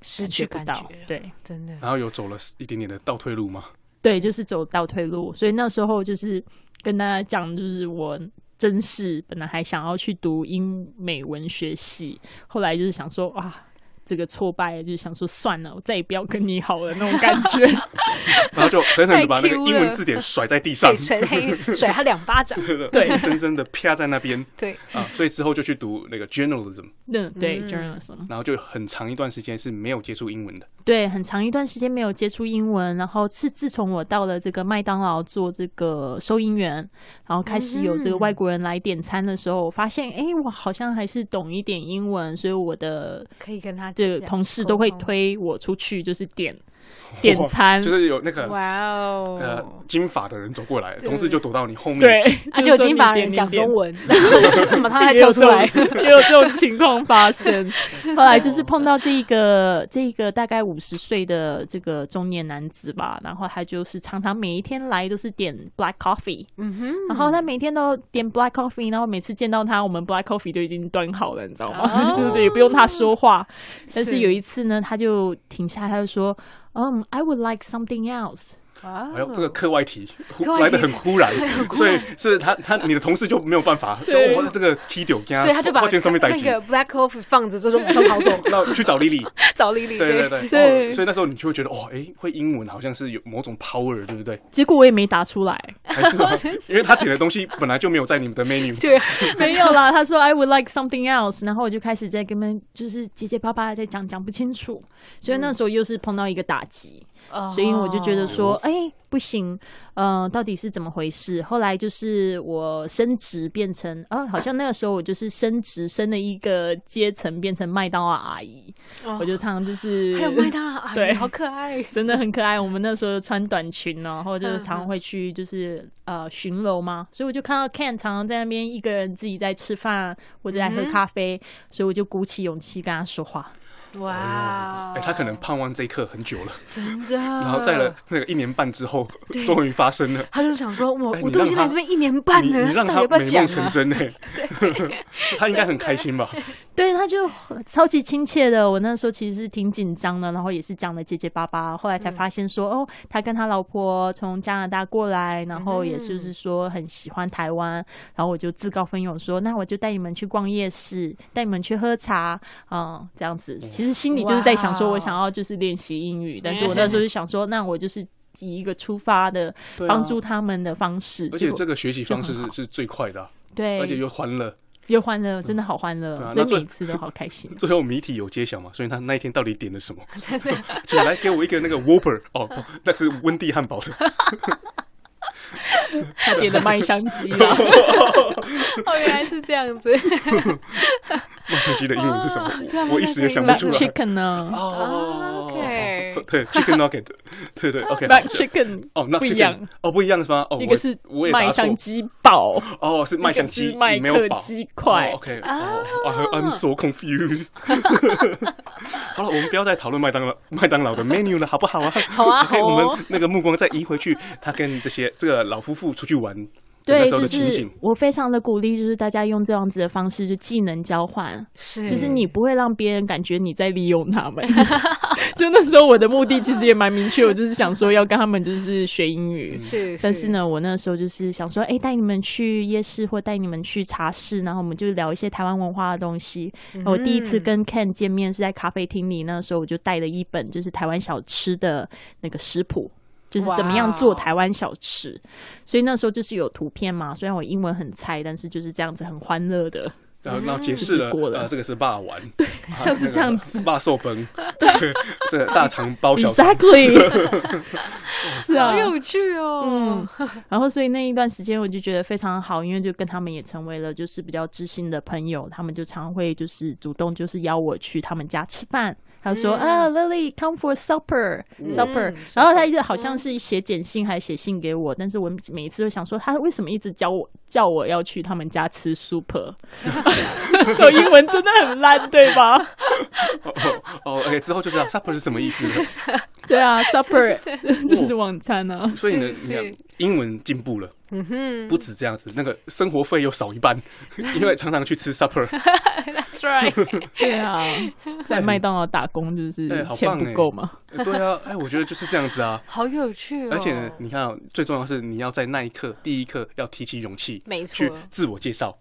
失去
感
感
觉
觉
不到
了，
对
真的
然后有走了一点点的倒退路吗？
对，就是走倒退路。所以那时候就是跟大家讲，就是我真是本来还想要去读英美文学系，后来就是想说哇。这个挫败，就是想说算了，我再也不要跟你好了那种感觉。
然后就狠狠的把那个
太 Q
英文
了
字典甩在地上
对，甩他一甩他两巴 掌，
对
硬生生的啪在那边
对，嗯
啊。所以之后就去读那个 journalism，
那嗯对 journalism，
然后就很长一段时间是没有接触英文的。
对，很长一段时间没有接触英文，然后是自从我到了这个麦当劳做这个收银员，然后开始有这个外国人来点餐的时候，我发现，哎，我好像还是懂一点英文，所以我的
可以跟他
这个
讲
同事都会
沟通，
推我出去，就是点点餐，
就是有那个
哇
呃
哦，
金发的人走过来，
对
同事就躲到你后面。
对，啊
而且
就是
我啊
说
已经
你
把
点
人
你
讲
点
中文， 马上再
也有这
跳出
种
来，
也有这种情况发生。 后来就是碰到这个这个大概五十岁的这个中年男子吧，然后他就是常常每一天来都是点 black coffee，嗯哼，然后他每天都点 black coffee，然后每次见到他，我们 black coffee 就已经端好了，你知道吗？
哦
就是也不用他说话。但是
是
有一次呢，他就停下，他就说。嗯、i would like something else。
哇
还有哎这个
哦，
课外题忽
课外题
来的很 忽然，所以是他他你的同事就没有办法，就
对
我这个踢丢给他，
所以他就把
抱
那
歉上面逮起，，
个 black coffee 放着，就是马上跑走
那去找 Lily，
找丽丽，
对对对
对
哦所以那时候你就会觉得哇，哎，会英文好像是有某种 power，对不对？
结果我也没答出来，
还 是
哦
因为他点的东西本来就没有在你们的 menu，
对，
没有啦，他说 I would like something else，然后我就开始在跟他们就是结结巴巴地在讲，讲不清楚，所以那时候又是碰到一个打击，
嗯
所以我就觉得
哦
说，哎、不行，呃，到底是怎么回事？后来就是我升职变成，啊，好像那个时候我就是升职升了一个阶层，变成麦当劳阿姨，
哦
我就常常就是
还有麦当劳 阿
对
姨，好可爱，嗯
真的很可爱。我们那时候穿短裙，然后就是常常会去就是呃巡楼嘛，所以我就看到 Ken 常常在那边一个人自己在吃饭啊或者在
嗯
喝咖啡，所以我就鼓起勇气跟他说话。
哇，
哎，他可能盼望这一刻很久了，
真的，
嗯然
然
后在了那个一年半之后，终于发生了。
他就想说，我
哎
我
你
都
让
已经来
他
这边一年半
你
了，
你让
到
他
底要不要
美
讲
梦成
啊？
真欸 呢、他应该很开心吧？
对，他就很超级亲切的。我那时候其实是挺紧张的，然后也是讲的结结巴巴。后来
嗯
才发现说，哦，他跟他老婆从加拿大过来，然后也
嗯
就是说很喜欢台湾。然后我就自告奋勇说，那我就带你们去逛夜市，带你们去喝茶，嗯，这样子。其实心里就是在想说，
哇
我想要就是练习英语，但是我那时候就想说，那我就是以一个出发的帮助他们的方式，
啊而
结
且
果
这个学习方式
就很
是
好
是最快的啊、
对，
而且又欢乐。
又欢乐，真的好欢乐，
对啊
所
那
以
最
每次都好开心。
最后谜题有揭晓嘛，所以他那一天到底点了什么？请来给我一个那个 Whopper 哦，哦那是温蒂汉堡的。
他 点的麦香鸡 啦。
哦，原来是这样子，
麦香鸡的英文是什么
对啊？
我我一时也想不出来。
Chicken 呢？
哦
OK，对，
对，chicken 네, nugget，对对，OK，
But
好
chicken
哦，那
不一样
chicken，哦，不一样是吗？哦，
一
我
个是
我也
麦
打错
香鸡堡，
哦，是麦香
一个
鸡，
是麦
没有
克
饱
鸡块
哦 OK，哦
啊
哦，I-，I'm so confused。好了，我们不要再讨论麦当劳麦当劳的 menu 了，好不好啊？
好啊
OK，
好哦
我们那个目光再移回去，他跟这些这个老夫妇出去玩的那
对，
时候
就
的情
是
景。
我非常的鼓励，就是大家用这样子的方式，就技能交换，
是
就是你不会让别人感觉你在利用他们。 就那时候我的目的其实也蛮明确，我就是想说要跟他们就是学英语。
是，
但是呢，我那时候就是想说，哎、带你们去夜市或带你们去茶室，然后我们就聊一些台湾文化的东西。
嗯
我第一次跟 Ken 见面是在咖啡厅里，那时候我就带了一本就是台湾小吃的那个食谱，就是怎么样做
哇哦
台湾小吃。所以那时候就是有图片嘛，虽然我英文很菜，但是就是这样子很欢乐的。
然
嗯
后，然后解释
嗯就
了，
是过了
呃，这个是霸丸，啊
像是这样子，
那个霸寿 崩，对， 这个大肠包小肠，
Exactly，是啊
好，有趣哦，
嗯，然后所以那一段时间我就觉得非常好，因为就跟他们也成为了就是比较知心的朋友，他们就常会就是主动就是邀我去他们家吃饭。他就说、啊，Lily come for supper supper，、
嗯
然后他一直好像是写简信还写信给我，但是我每一次都想说他为什么一直教我叫我要去他们家吃 super，所以英文真的很烂，对 吧？
哦 哦，OK，之后就知道 supper 是什么意思了。
对啊，supper 就是晚餐啊。
所以呢，
是
你看
是
英文进步了，
嗯
嗯
不止这样子，那个生活费又少一半，因为常常去 吃 supper，
，That's right，
对啊，在麦当劳打工就是
哎哎好
嗯钱
棒
不
哎
够嘛。
呃对啊，哎，我觉得就是这样子啊。
好有趣哦，
而且呢，你看、啊，最重要的是你要在那一刻、第一刻要提起勇气，
没错嗯
去自我介绍，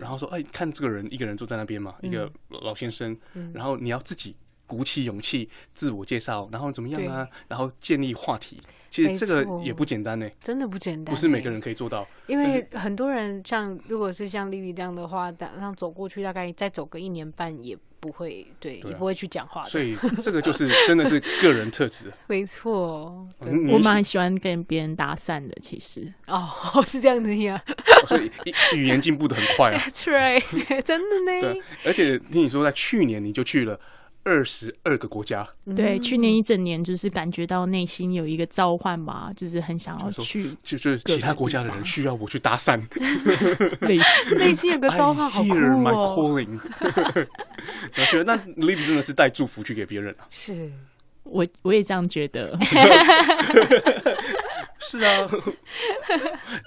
然后说，哎，看这个人一个人坐在那边嘛，一个老先生，
嗯
然后你要自己鼓起勇气自我介绍，然后怎么样啊，然后建立话题，其
没
实这个
错
也不简单呢、
真的不简单，
不是每个人。可以做到。
因为很多人像，如果是像丽丽这样的话，打让走过去，大概再走个一年半也不会，对，
对啊
也不会去讲话的。
所以这个就是真的是个人特质。
没错，对
嗯
我蛮喜欢跟别人搭讪的，其实
哦， 是这样子呀。
所以语语言进步的很 快啊。
That's right，真的
对
呢。，
而且听你说，在去年你就去了二十二个国家，
嗯
对，去年一整年就是感觉到内心有一个召唤吧，就是很想要
说
去
就是其他国家的人需要我去搭讪。
类似。
内心有个召唤，好
I
酷
hear 哎 my
哦。
calling。我 觉得那 Lily 真的是带祝福去给别人啊。
是，
我我也这样觉得，
是啊，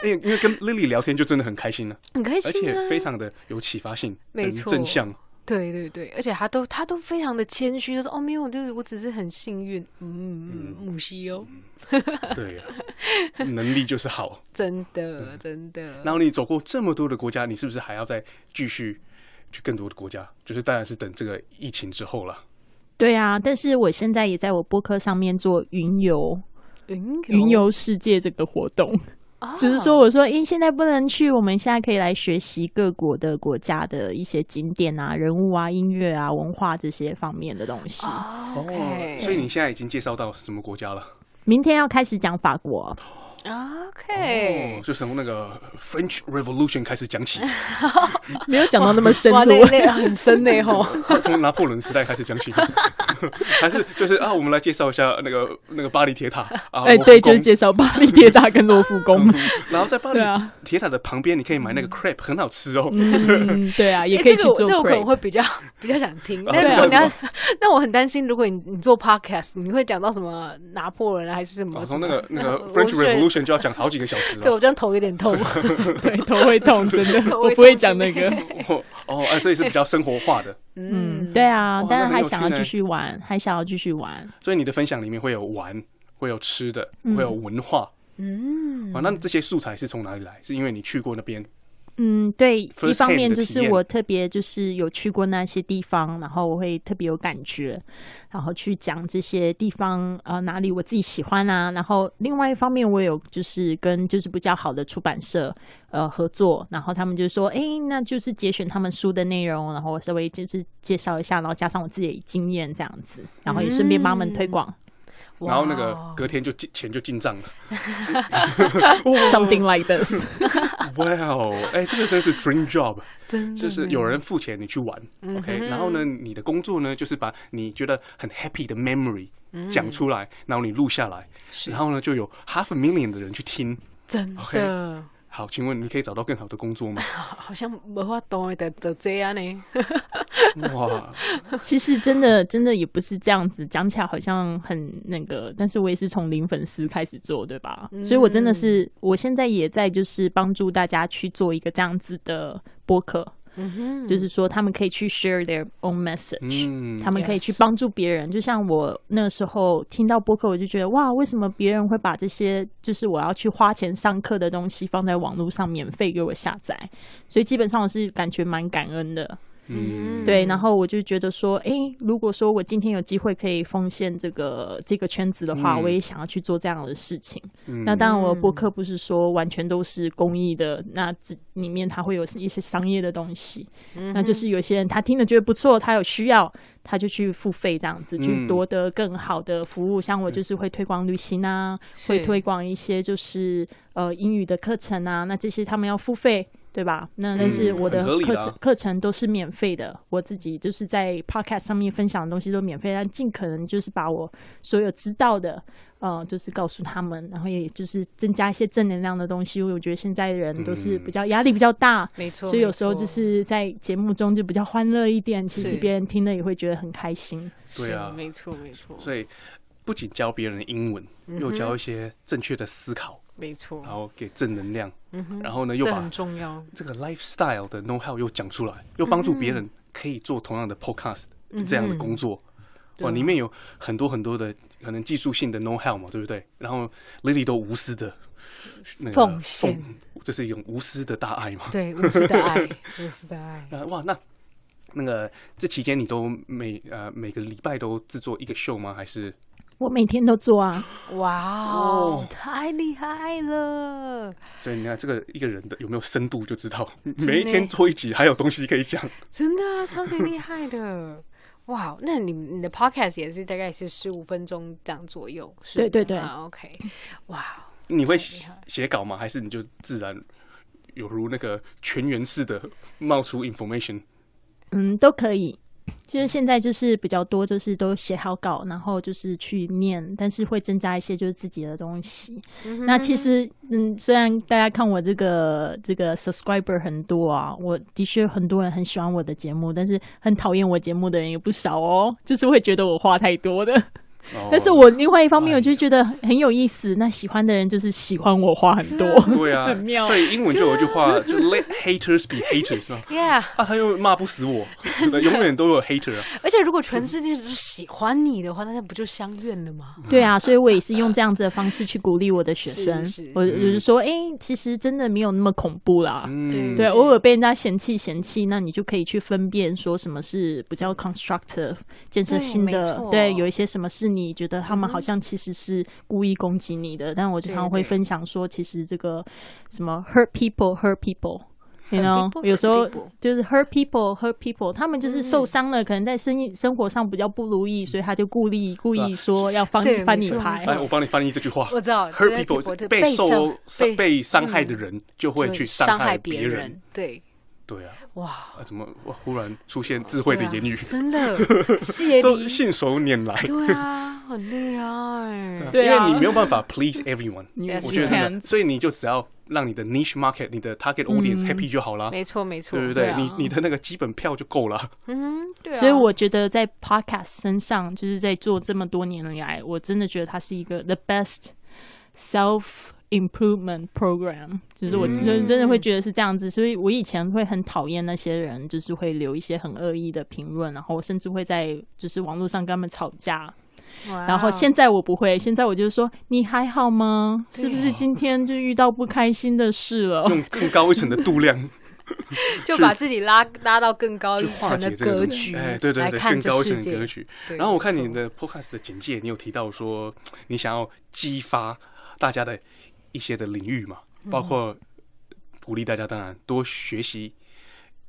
因为因为跟 Lily 聊天就真的很开心了、
很开
而
心
且
啊。
非常的有启发性，
没
很
错
正向。
对对对，而且他都他都非常的谦虚，他说：“哦，没有，就是我只是很幸运。”嗯嗯，母系哦，
对、啊，能力就是好。
真的真的。
然后你走过这么多的国家，你是不是还要再继续去更多的国家？就是当然是等这个疫情之后了。
对啊，但是我现在也在我播客上面做云游
云啊
云游世界这个活动，只是说我说，诶，现在不能去，我们现在可以来学习各国的国家的一些景点啊、人物啊、音乐啊、文化这些方面的东西。
o
哦所
k
以你现在已经介绍到什么国家了？
明天要开始讲法国，
哦，
OK，
就从那个 French Revolution 开始 讲起，
哎
哦
没有讲到那么深
哇，
入
那。那 很深呢吼。
从拿破仑时代开始讲 起，还是就是啊，我们来介绍一下那个那个巴黎铁塔啊，
哎、
罗浮
对，就是
宫
介绍巴黎铁塔跟罗浮 宫。
然后在巴
对
黎
啊
铁塔的旁边，你可以买那个 crepe，很好吃哦。
嗯，对啊，也
诶
可以去
哎这个我
做
这个我可能
crepe。
会比较比较想听。
啊
那
是
如果你
这样
要
子，
那我很担心，如果你你做 podcast，你会讲到什么拿破仑啊还是什么
然
什
后
么？
哦那 个那个
我
French
我觉得
Revolution 就要讲好几个小 时
对我
了。
这样头有点痛。
对，头会 痛，真的，
头
我
会痛
不会讲那个。
哦哦，啊所以是比较生活化的，
嗯，对啊
哇，
但是
那很
还
有
想
趣
要
呢
继续玩，还想要继续玩。
所以你的分享里面会有玩，会有吃的，会有文化。嗯，啊，那这些素材是从哪里来？是因为你去过那边，
嗯，对，
First
一方面
hand 的
就是
体验
我特别就是有去过那些地方，然后我会特别有感觉，然后去讲这些地方呃哪里我自己喜欢啊。然后另外一方面，我有就是跟就是比较好的出版社呃合作，然后他们就说，哎、那就是节选他们书的内容，然后我稍微就是介绍一下，然后加上我自己的经验这样子，然后也顺便帮他们推广、
然后那
哇
个隔天就进钱就进账 了。嗯
something like this。
哇哦，哎，这个真是 dream job，
真的嗯
就是有人付钱你去玩，OK，然后呢，你的工作呢，就是把你觉得很 happy 的 memory 讲出来，然后你录下来，
嗯是
然后呢就有 half a million 的人去听。
真的
OK 好，请问你可以找到更好的 工作吗？
好好像没法懂的的这样呢。
哇，
其实真的真的也不是这样子，讲起来好像很那个，但是我也是从零粉丝开始做，对吧？所以我真的是，我现在也在就是帮助大家去做一个这样子的播客，嗯哼，就是说他们可以去 share their own message，、
嗯，
他们可以去帮助别人。就像我那时候听到播客，我就觉得哇，为什么别人会把这些就是我要去花钱上课的东西放在网络上免费给我下载？所以基本上我是感觉蛮感恩的。
嗯，
对，然后我就觉得说，诶，如果说我今天有机会可以奉献这个这个圈子的话，
嗯
我也想要去做这样的事情。
嗯
那当然，我的播客不是说完全都是公益的，那只里面它会有一些商业的东西。那就是有些人他听了觉得不错，他有需要，他就去付费这样子，去
嗯
夺得更好的服务。像我就是会推广旅行啊，会
是
推广一些就是呃英语的课程啊，那这些他们要付费。对吧？那嗯但
嗯
是我的
很
啊
合理
课
啦
程、课程都是免费的，我自己就是在 podcast 上面分享的东西都免费，但尽可能就是把我所有知道的，呃，就是告诉他们，然后也就是增加一些正能量的东西。因为我觉得现在人都是
嗯
比较压力比较大，
没错
所以有时候
没错
就是在节目中就比较欢乐一点，其
是
实别人听了也会觉得很开心。
对啊
是没错没错嗯
所以不仅教别人英文，又教一些正确的思考，
没错
然，后给正能量，然后呢又
嗯这
把
很重要。
这个 lifestyle 的 know how 又讲出来，又帮助别人
嗯
可以做同样的 podcast 这样的工作。
啊
哇，里面有很多很多的可能技术性的 know how 嘛，对不对？然后 Lily 都无私的那个
奉献，
这是一种无私的大爱嘛？
对，无私的爱，无私的爱。
啊，哇， 那那个这期间你都每呃每个礼拜都制作一个秀吗？还是
我每天都做啊，
哇哦，太厉害了！
所以你看这个一个人的有没有深度就知道，每一天做一集还有东西可以讲。
真的啊，超级厉 害的。哇，那你你的 podcast 也是大概是十五分钟这样左右，是
对
吗
对对
啊，OK，哇，
你会写写稿吗？还是你就自然有如那个全员式的冒 出 information？
嗯，都可以。就是现在就是比较多，就是都写好稿，然后就是去念，但是会增加一些就是自己的东西。那其实，嗯，虽然大家看我这个这个 subscriber 很多啊，我的确很多人很喜欢我的节目，但是很讨厌我节目的人也不少哦，就是会觉得我话太多的。
哦
但是我另外一方面，
哎
我就觉得很有意思。那喜欢的人就是喜欢我话很多，
对啊，
很妙
所以英文就有一句话， 就 let haters be haters 是吧？
yeah，
啊，他又骂不死我， 对永远都有 hater 啊。
而且如果全世界都喜欢你的话，那不就相怨了吗？
对啊，所以我也是用这样子的方式去鼓励我的学生。
是是
我我就说，哎、其实真的没有那么恐怖啦。
嗯，
对，偶尔被人家嫌弃嫌弃，那你就可以去分辨说什么是比较 constructive 建设性
嗯对没
的，
错嗯
对，有一些什么是你觉得他们好像其实是故意攻击你的，但我就常常会
对对
分享说，其实这个什么 hurt people hurt people。You know，
people, hurt
有时候
people 嗯
就是 hurt people hurt people，他们就是受伤了，可能在生意生活上比较不如意，所以他就故意故意说要翻
对
翻
没
你
错没
牌
错。
哎来，我帮你翻译这句话。
哎我知道
h u
let
r
people-
people 是
被
被受
受
被伤害的人就会
就
去
伤
害
别
人。，
对，
对啊，
哇，
啊，怎么哇忽然出现智慧的
对啊
言语，
真 的谢
都
你，
信手拈来。
对啊，很厉害，
对啊
因为你没有 办法 please everyone，
Yes,
我觉
you
得真的，
can't
所以你就只要让你的 niche market、你的 target audience happy 就好啦，
嗯没错没错，
对不
对
对？
啊
你你的那个基本票就够了。
嗯哼，对啊，
所以我觉得在 podcast 身上，就是在做这么多年来，我真的觉得它是一个 the best self improvement program，就是
嗯
我真的真的会觉得是这样子。所以我以前会很讨厌那些人，就是会留一些很恶意的评论，然后我甚至会在就是网络上跟他们吵架。
哇哦
然后现在我不会，现在我就说你还好吗？是不是今天就遇到不开心的事
哦
了？
用更高一 层的度量
就
去
把自己拉拉到更高
去
一
化
层
解
的
这个
格
东西
局，
哎，对对
来
对，
看
更
这
高一
世
层
界
的格局。
对
然后我看
没
你的 podcast 的简介，你有提到说你想要激发大家的一些的领域嘛，
嗯
包括鼓励大家，当然多学习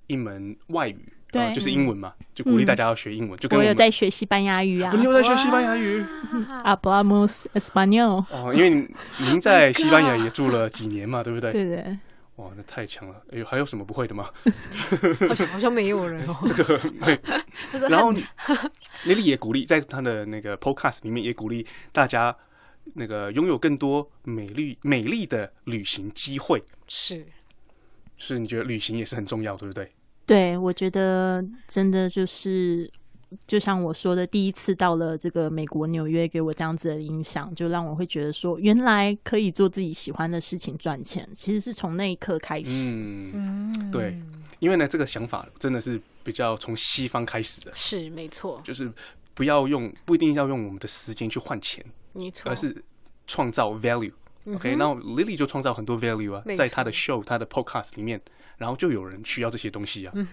一门外语，
对
啊就是英文嘛，就
嗯
鼓励大家要学英文，就跟
嗯我有
们
在学西班牙语啊
哦你有在学西班 牙语。
，hablamos español，
Oh
哦，因为您您在西班牙也住了几年嘛，对不对？
对对。
哇，那太强了！哎呦，还有什么不会 的吗？
好像好像没有人哦。
这 个对，
他说
然
他
后 l i 也鼓励，在他的那个 Podcast 里面也鼓励大家那个拥有更多美丽美丽的旅行机会。
是
是你觉得旅行也是很重要，对不对？
对，我觉得真的就是，就像我说的，第一次到了这个美国纽约，给我这样子的影响，就让我会觉得说，原来可以做自己喜欢的事情赚钱，其实是从那一刻开始。
嗯，对，因为呢，这个想法真的是比较从西方开始的，
是没错，
就是不要用不一定要用我们的时间去换钱，
没错嗯
而呃是创造 value。OK，那 Lily 就创造很多 value 啊
没，
在她的
错
show、她的 podcast 里面，然后就有人需要这些东西
嗯
啊，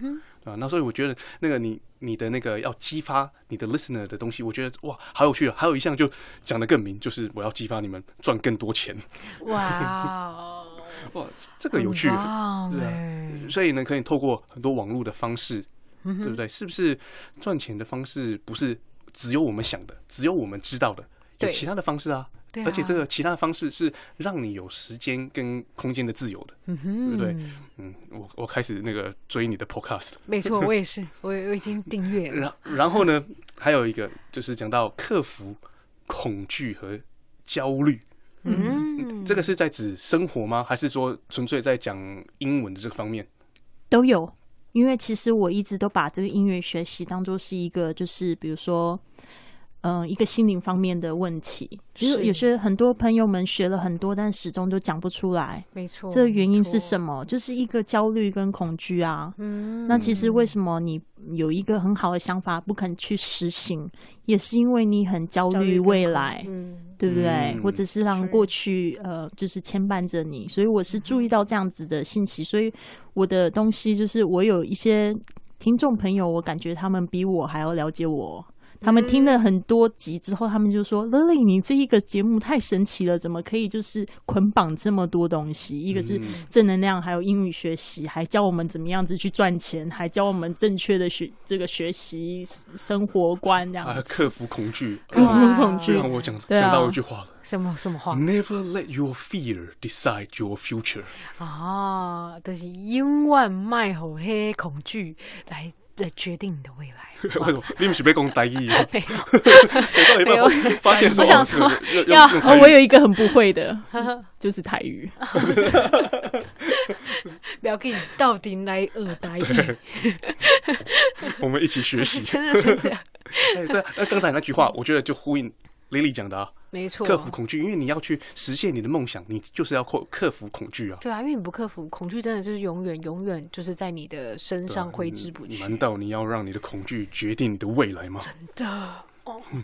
对啊，那所以我觉得那个你你的那个要激发你的 listener 的东西，我觉得哇，好有趣啊！还有一项就讲的更明，就是我要激发你们赚更多钱，
哇哦，
哇，这个有趣，
很棒
对
哦
啊
哎
所以呢，可以透过很多网络的方式，
嗯
嗯
对不对？是不是赚钱的方式不是只有我们想的，只有我们知道的，有
对
其他的方式啊？
对
而且这
啊
个其他的方式是让你有时间跟空间的自由的，
嗯
对
哼，
不对？嗯，我我开始那个追你的 podcast 了。
没 错，我也是， 我我已经订阅了，
然然后呢，还有一个就是讲到克服恐惧和焦虑，
嗯，
这个是在指生活吗？还是说纯粹在讲英文的这个方面？
都有，因为其实我一直都把这个音乐学习当做是一个，就是比如说，嗯、一个心灵方面的问题。就是
是
有些很多朋友们学了很多，但始终都讲不出来，
没错，
这个原因是什
么？
么？就是一个焦虑跟恐惧啊。
嗯，
那其实为什么你有一个很好的想法不肯去实行，也是因为你很焦
焦虑
虑
跟
未
恐
来，
嗯，
对不对？
嗯
或者是让
是
过去呃，就是牵绊着你。所以我
嗯
是注意到这样子的信息，所以我的东西就是我有一些听众朋友，我感觉他们比我还要了解我。他们听
嗯
了很多集之后，他们就说：“Lily，你这一个节目太神奇了，怎么可以就是捆绑这么多东西？一个是正能量，还有英语学习，还教我们怎么样子去赚钱，还教我们正确的学这个学习生活观这样
啊，
子。
克服恐惧，
克服
哇
恐
这
惧
让我讲
对啊
想到一句话了。
什么什么话
Never let your fear decide your future。
啊？但是因万麦吼黑恐惧来来决定你的未来，
为什么你们是被讲台语哦？
没有。
我到一半
没
我发现说，
我想
哦
说
这个
要
用用
哦，
台语
我有一个很不会的，就是台语。
不要给你到底来耳 答应，
我们一起学 习。
真的真的，
哎对啊，那刚才那句话，我觉得就呼应 Lily 讲的啊，
没错，
克服恐惧，因为你要去实现你的梦想，你就是要克克服恐惧啊。
对啊，因为你不克服恐惧，真的就是永远永远就是在你的身
啊
上挥之不去。
难道你要让你的恐惧决定你的未来吗？
的，嗯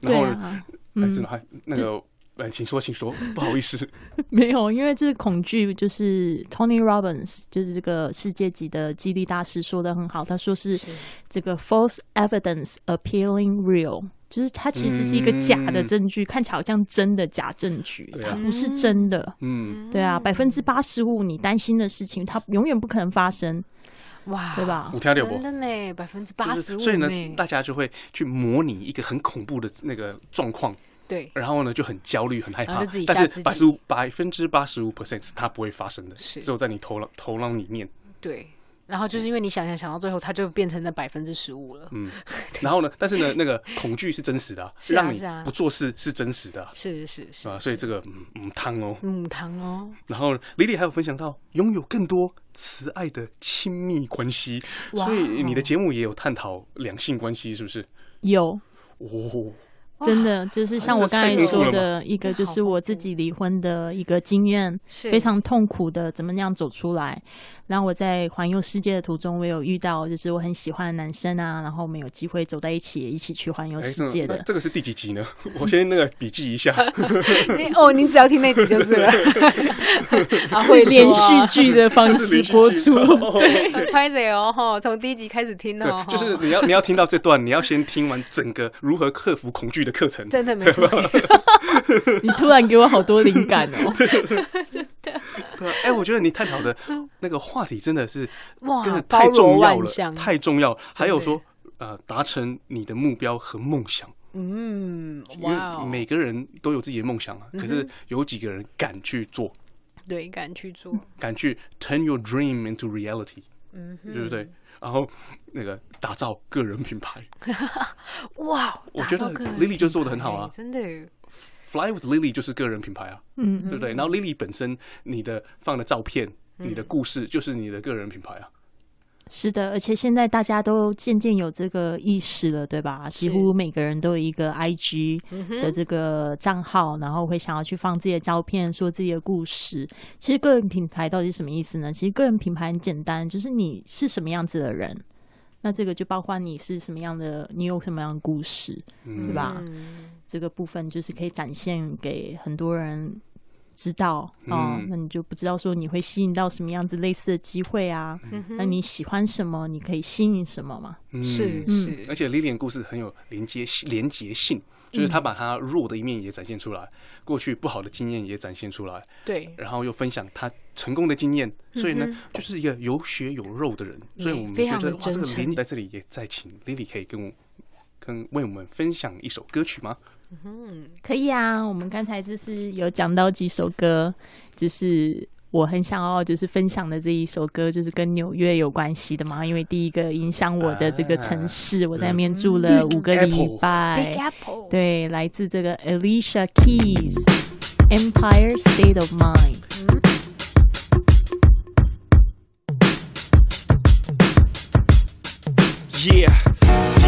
然后
对啊
还是还那个，哎，请说，请说， 不好意思，
没有，因为这个恐惧就是 Tony Robbins，就是这个世界级的激励大师说的很好，他说是这个 false evidence appealing real，就是它其实是一个假的证据，看起来好像真的假证据，
对
它
啊
不是真的。
嗯，
对啊，百分之八十五你担心的事情，它永远不可能发生，
哇，
对？吧
我？听到不
真？的呢，百分之
就
八
是
十五
所以呢，大
呢，
家就会去模拟一个很恐怖的那个状况，
对，
然后呢就很焦虑、很害
然
怕
后就自己。吓
但是
自己
百五百分之八十五 percent 是它不会发生的，
是哦
只有在你头脑头脑里面。
对，然后就是因为你想想想到最后，它就变成了百分之十五了。
嗯，然后呢，但是呢，那个恐惧是真实的啊，
是啊
让你
是啊
不做事是真实的啊
是是是
啊，所以这个嗯嗯汤哦。
母汤 哦，
然后李李还有分享到拥有更多慈爱的亲密关系，
哇哦
所以你的节目也有探讨两性关系，是不是？
有，
哦，
真的就是像
这
我刚才
太丰富
说
了
的一个，
这
就是
好
我
丰
自
富
己离婚的一个经验，
是
非常痛苦的怎么样走出来。然后我在环游世界的途中，我有遇到就是我很喜欢的男生啊，然后我们有机会走在一起，一起去环游
哎，
世界
那
的
那。这个是第几集呢？ 我先那个笔记一 下。
你哦，你只要听那集就是 了，啊，
会
会
连
多
续
啊，
剧的方 式播出，
拍谁哦？哈，从第一集开始听哦，
对，就是
吼
你要你要听到这段，你要先听完整个如何克服恐惧的课程。
真的没错，
你突然给我好 多灵感哦！
对啊，哎，我觉得你探讨的那个话题真的是
哇
真的
包
太
罗
重要
万
了，
象
太重要。还有
的
说，呃，达成你的目标和梦想，
嗯，
因
哇哦嗯
为，每个人都有自己的梦想啊，可是有几个人敢去做？
对，敢去做，
敢去 turn your dream into reality，嗯，对不对？然后那个打造个人品牌
哇！
我
打
觉
造
得
个人
Lily 就做得
品
很好
牌
啊
真的耶。
，Fly with Lily 就是个人品牌啊，
嗯
对不对？然后 Lily 本身你的放的照片、你的故事就是你的个人品牌啊，
是的，而且现在大家都渐渐有这个意识了，对吧？几乎每个人都有一个 IG 的这个账号，然后会想要去放自己的照片，说自己的故事。其实个人品牌到底是什么意思呢？其实个人品牌很简单，就是你是什么样子的人，那这个就包括你是什么样的，你有什么样的故事，对吧？这个部分就是可以展现给很多人知道哦、
嗯
那你就不知道说你会吸引到什么样子类似的机会啊？
嗯
那你喜欢什么，你可以吸引什么嘛？
嗯
是是，
而且 Lilian 故事很有连接性、连结性，就是她把她弱的一面也展现出来，过去不好的经验也展现出来，
对，
然后又分享她成功的经验，所以呢，就是一个有血有肉的人。所以我们
非
觉
常
得
的
哇，这
真
个
诚
Lily 在这里也在请 Lily 可以跟我跟为我们分享一首歌曲吗？
可以啊，我们刚才就是有讲到几首歌，就是我很想要就是分享的这一首歌，就是跟纽约有关系的嘛，因为第一个影响我的这个城市，我在那边住了五个礼拜。
嗯 Apple，
对，来自这个 Alicia Keys Empire State of Mind。
Yeah,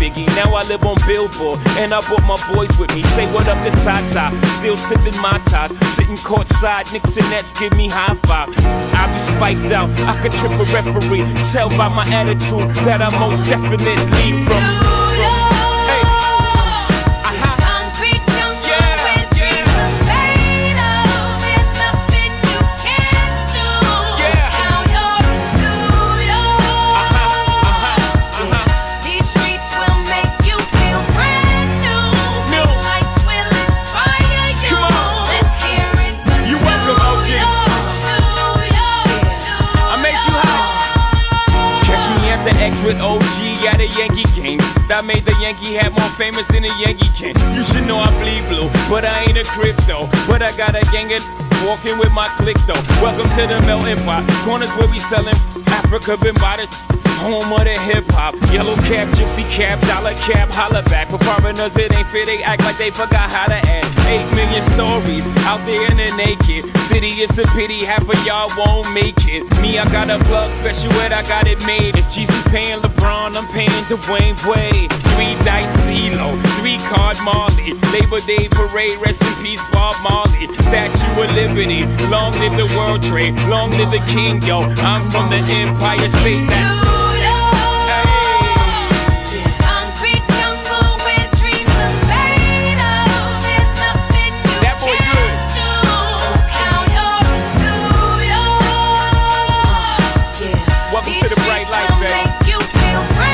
Biggie. Now I live on Billboard, and I brought my boys with me. Say what up to Tata, still sipping my top. Sitting courtside, Knicks and Nets give me high five. I be spiked out, I could trip a referee. Tell by my attitude that I most definitely from. Hey. Uh-huh. You welcome, OG. I made you hot. Catch me at the X with OG at a Yankee game. That made the Yankee hat more famous than the Yankee king. You should know I bleed blue, but I ain't a crypto. But I got a gang of walking with my click though. Welcome to the melting pot. Corners where we selling Africa been by the home of the hip hop. Yellow cap, gypsy cap, dollar cap, holla back. For foreigners, it ain't fair. They act like they forgot how to act. Eight million stories out there in the naked city. It's a pity half of y'all won't make it. Me, I got a plug special, and I got it made. If Jesus paying LeBron, I'm paying Dwayne Wade. Three dice CeeLo, three card Marley. Labor Day parade, rest in peace, Bob Marley. Statue of Liberty, long live the World Trade, long live the King, yo. I'm from the Empire State. That's That boy good. Welcome to the bright light, baby.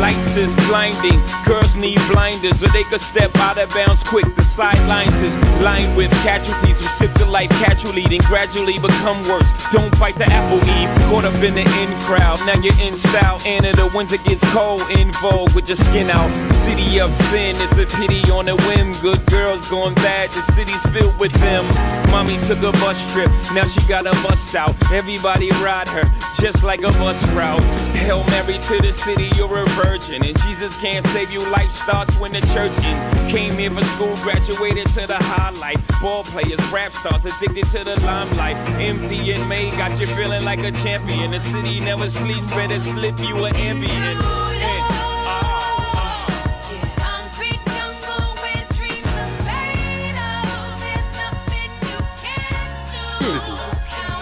Lights is blinding, girls need blinders so they could step out of bounds quick. The sidelines is lined with casualties who sip the life casually, then gradually become worse. Don't fight the apple eve, caught up in the in crowd. Now you're in style, and in the winter gets cold, in vogue with your skin out. City of sin, it's a pity on a whim. Good girls going bad, the city's filled with them. Mommy took a bus trip, now she got a bust out. Everybody ride her, just like a bus route. Hail Mary to the city, you're a virgin. And Jesus can't save you, life starts when the church in. Came here for school, graduated to the highlight. Ball players, rap stars, addicted to the limelight. Empty and made, got you feeling like a champion. The city never sleeps, better slip you an ambient. And, ah, ah.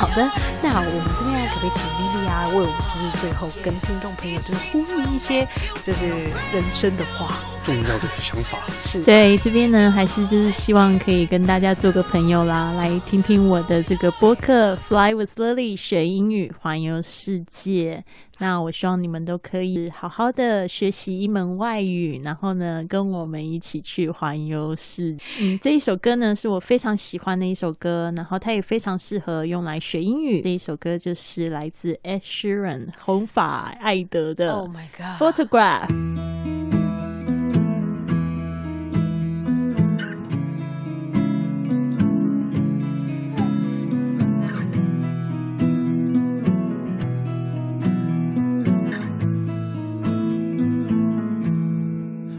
好的，那我们这边可不可以请莉莉啊，为我们就是最后跟听众朋友就是呼吁一些就是人生的话？
重要的想法。
是，
对，这边呢还是就是希望可以跟大家做个朋友啦，来听听我的这个播客《Fly with Lily》学英语环游世界。那我希望你们都可以好好的学习一门外语，然后呢，跟我们一起去环游世界。嗯，这一首歌呢是我非常喜欢的一首歌，然后它也非常适合用来学英语。这一首歌就是来自 Ed Sheeran 红发艾德的
Oh my god
Photograph》。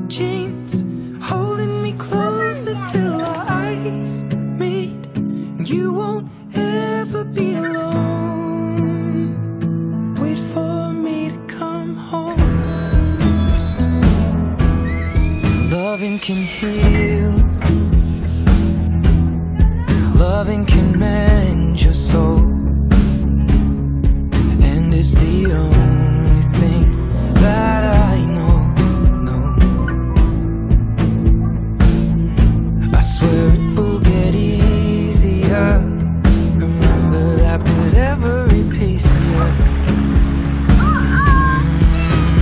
jeans, holding me closer till our eyes meet. And You won't ever be alone. Wait for me to come home. Loving can heal. Loving can mend your soul. And it's the only thing that I know. No. I swear it will get easier. Remember that with every piece of you.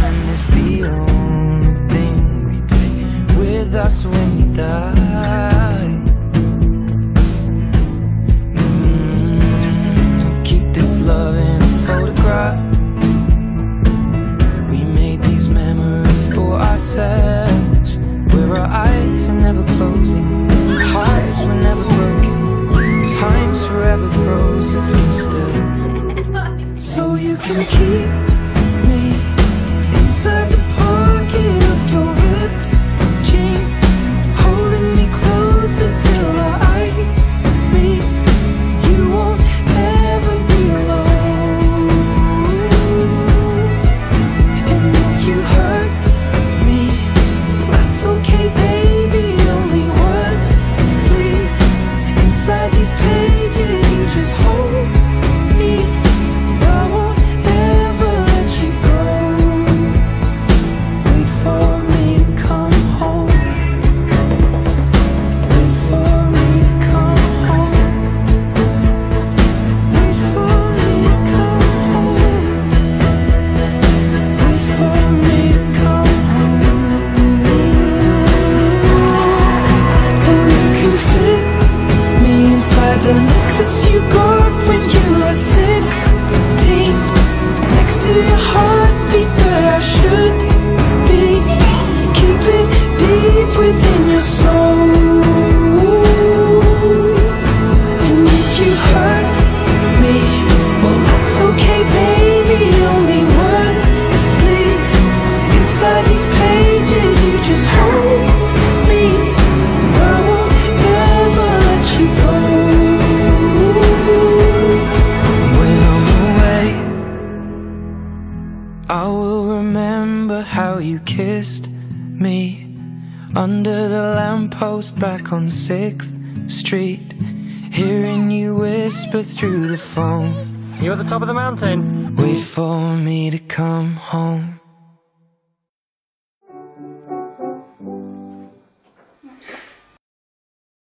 And it's the only thing we take with us when you die. Mm, We keep this love in its photograph. We made these memories for ourselves. Where our eyes are never closing, hearts were never broken, time's forever frozen still. So you can keep me inside the pocket of your ripped jeans, holding me closer till our eyes meet. You won't ever be alone. And if you hurt me, that's okay, baby. Only words bleed inside these pages. You just hold me. I won't ever let you go. Wait for me to come home. Wait for me to come home. Wait for me to come home. Wait for me to come home. Oh, you can fit me inside the necklace you got when you were sixteen, next to your heartbeat where I should be. Keep it deep within your soul. And if you hurt me, well that's okay, baby. Only words bleed inside these pages. You just hold me, and I won't ever let you go. When I'm away, I will remember how you kissed me under the lamppost back on 6th Street, hearing you whisper through the phone. You're the top of the mountain. Wait for me to come home.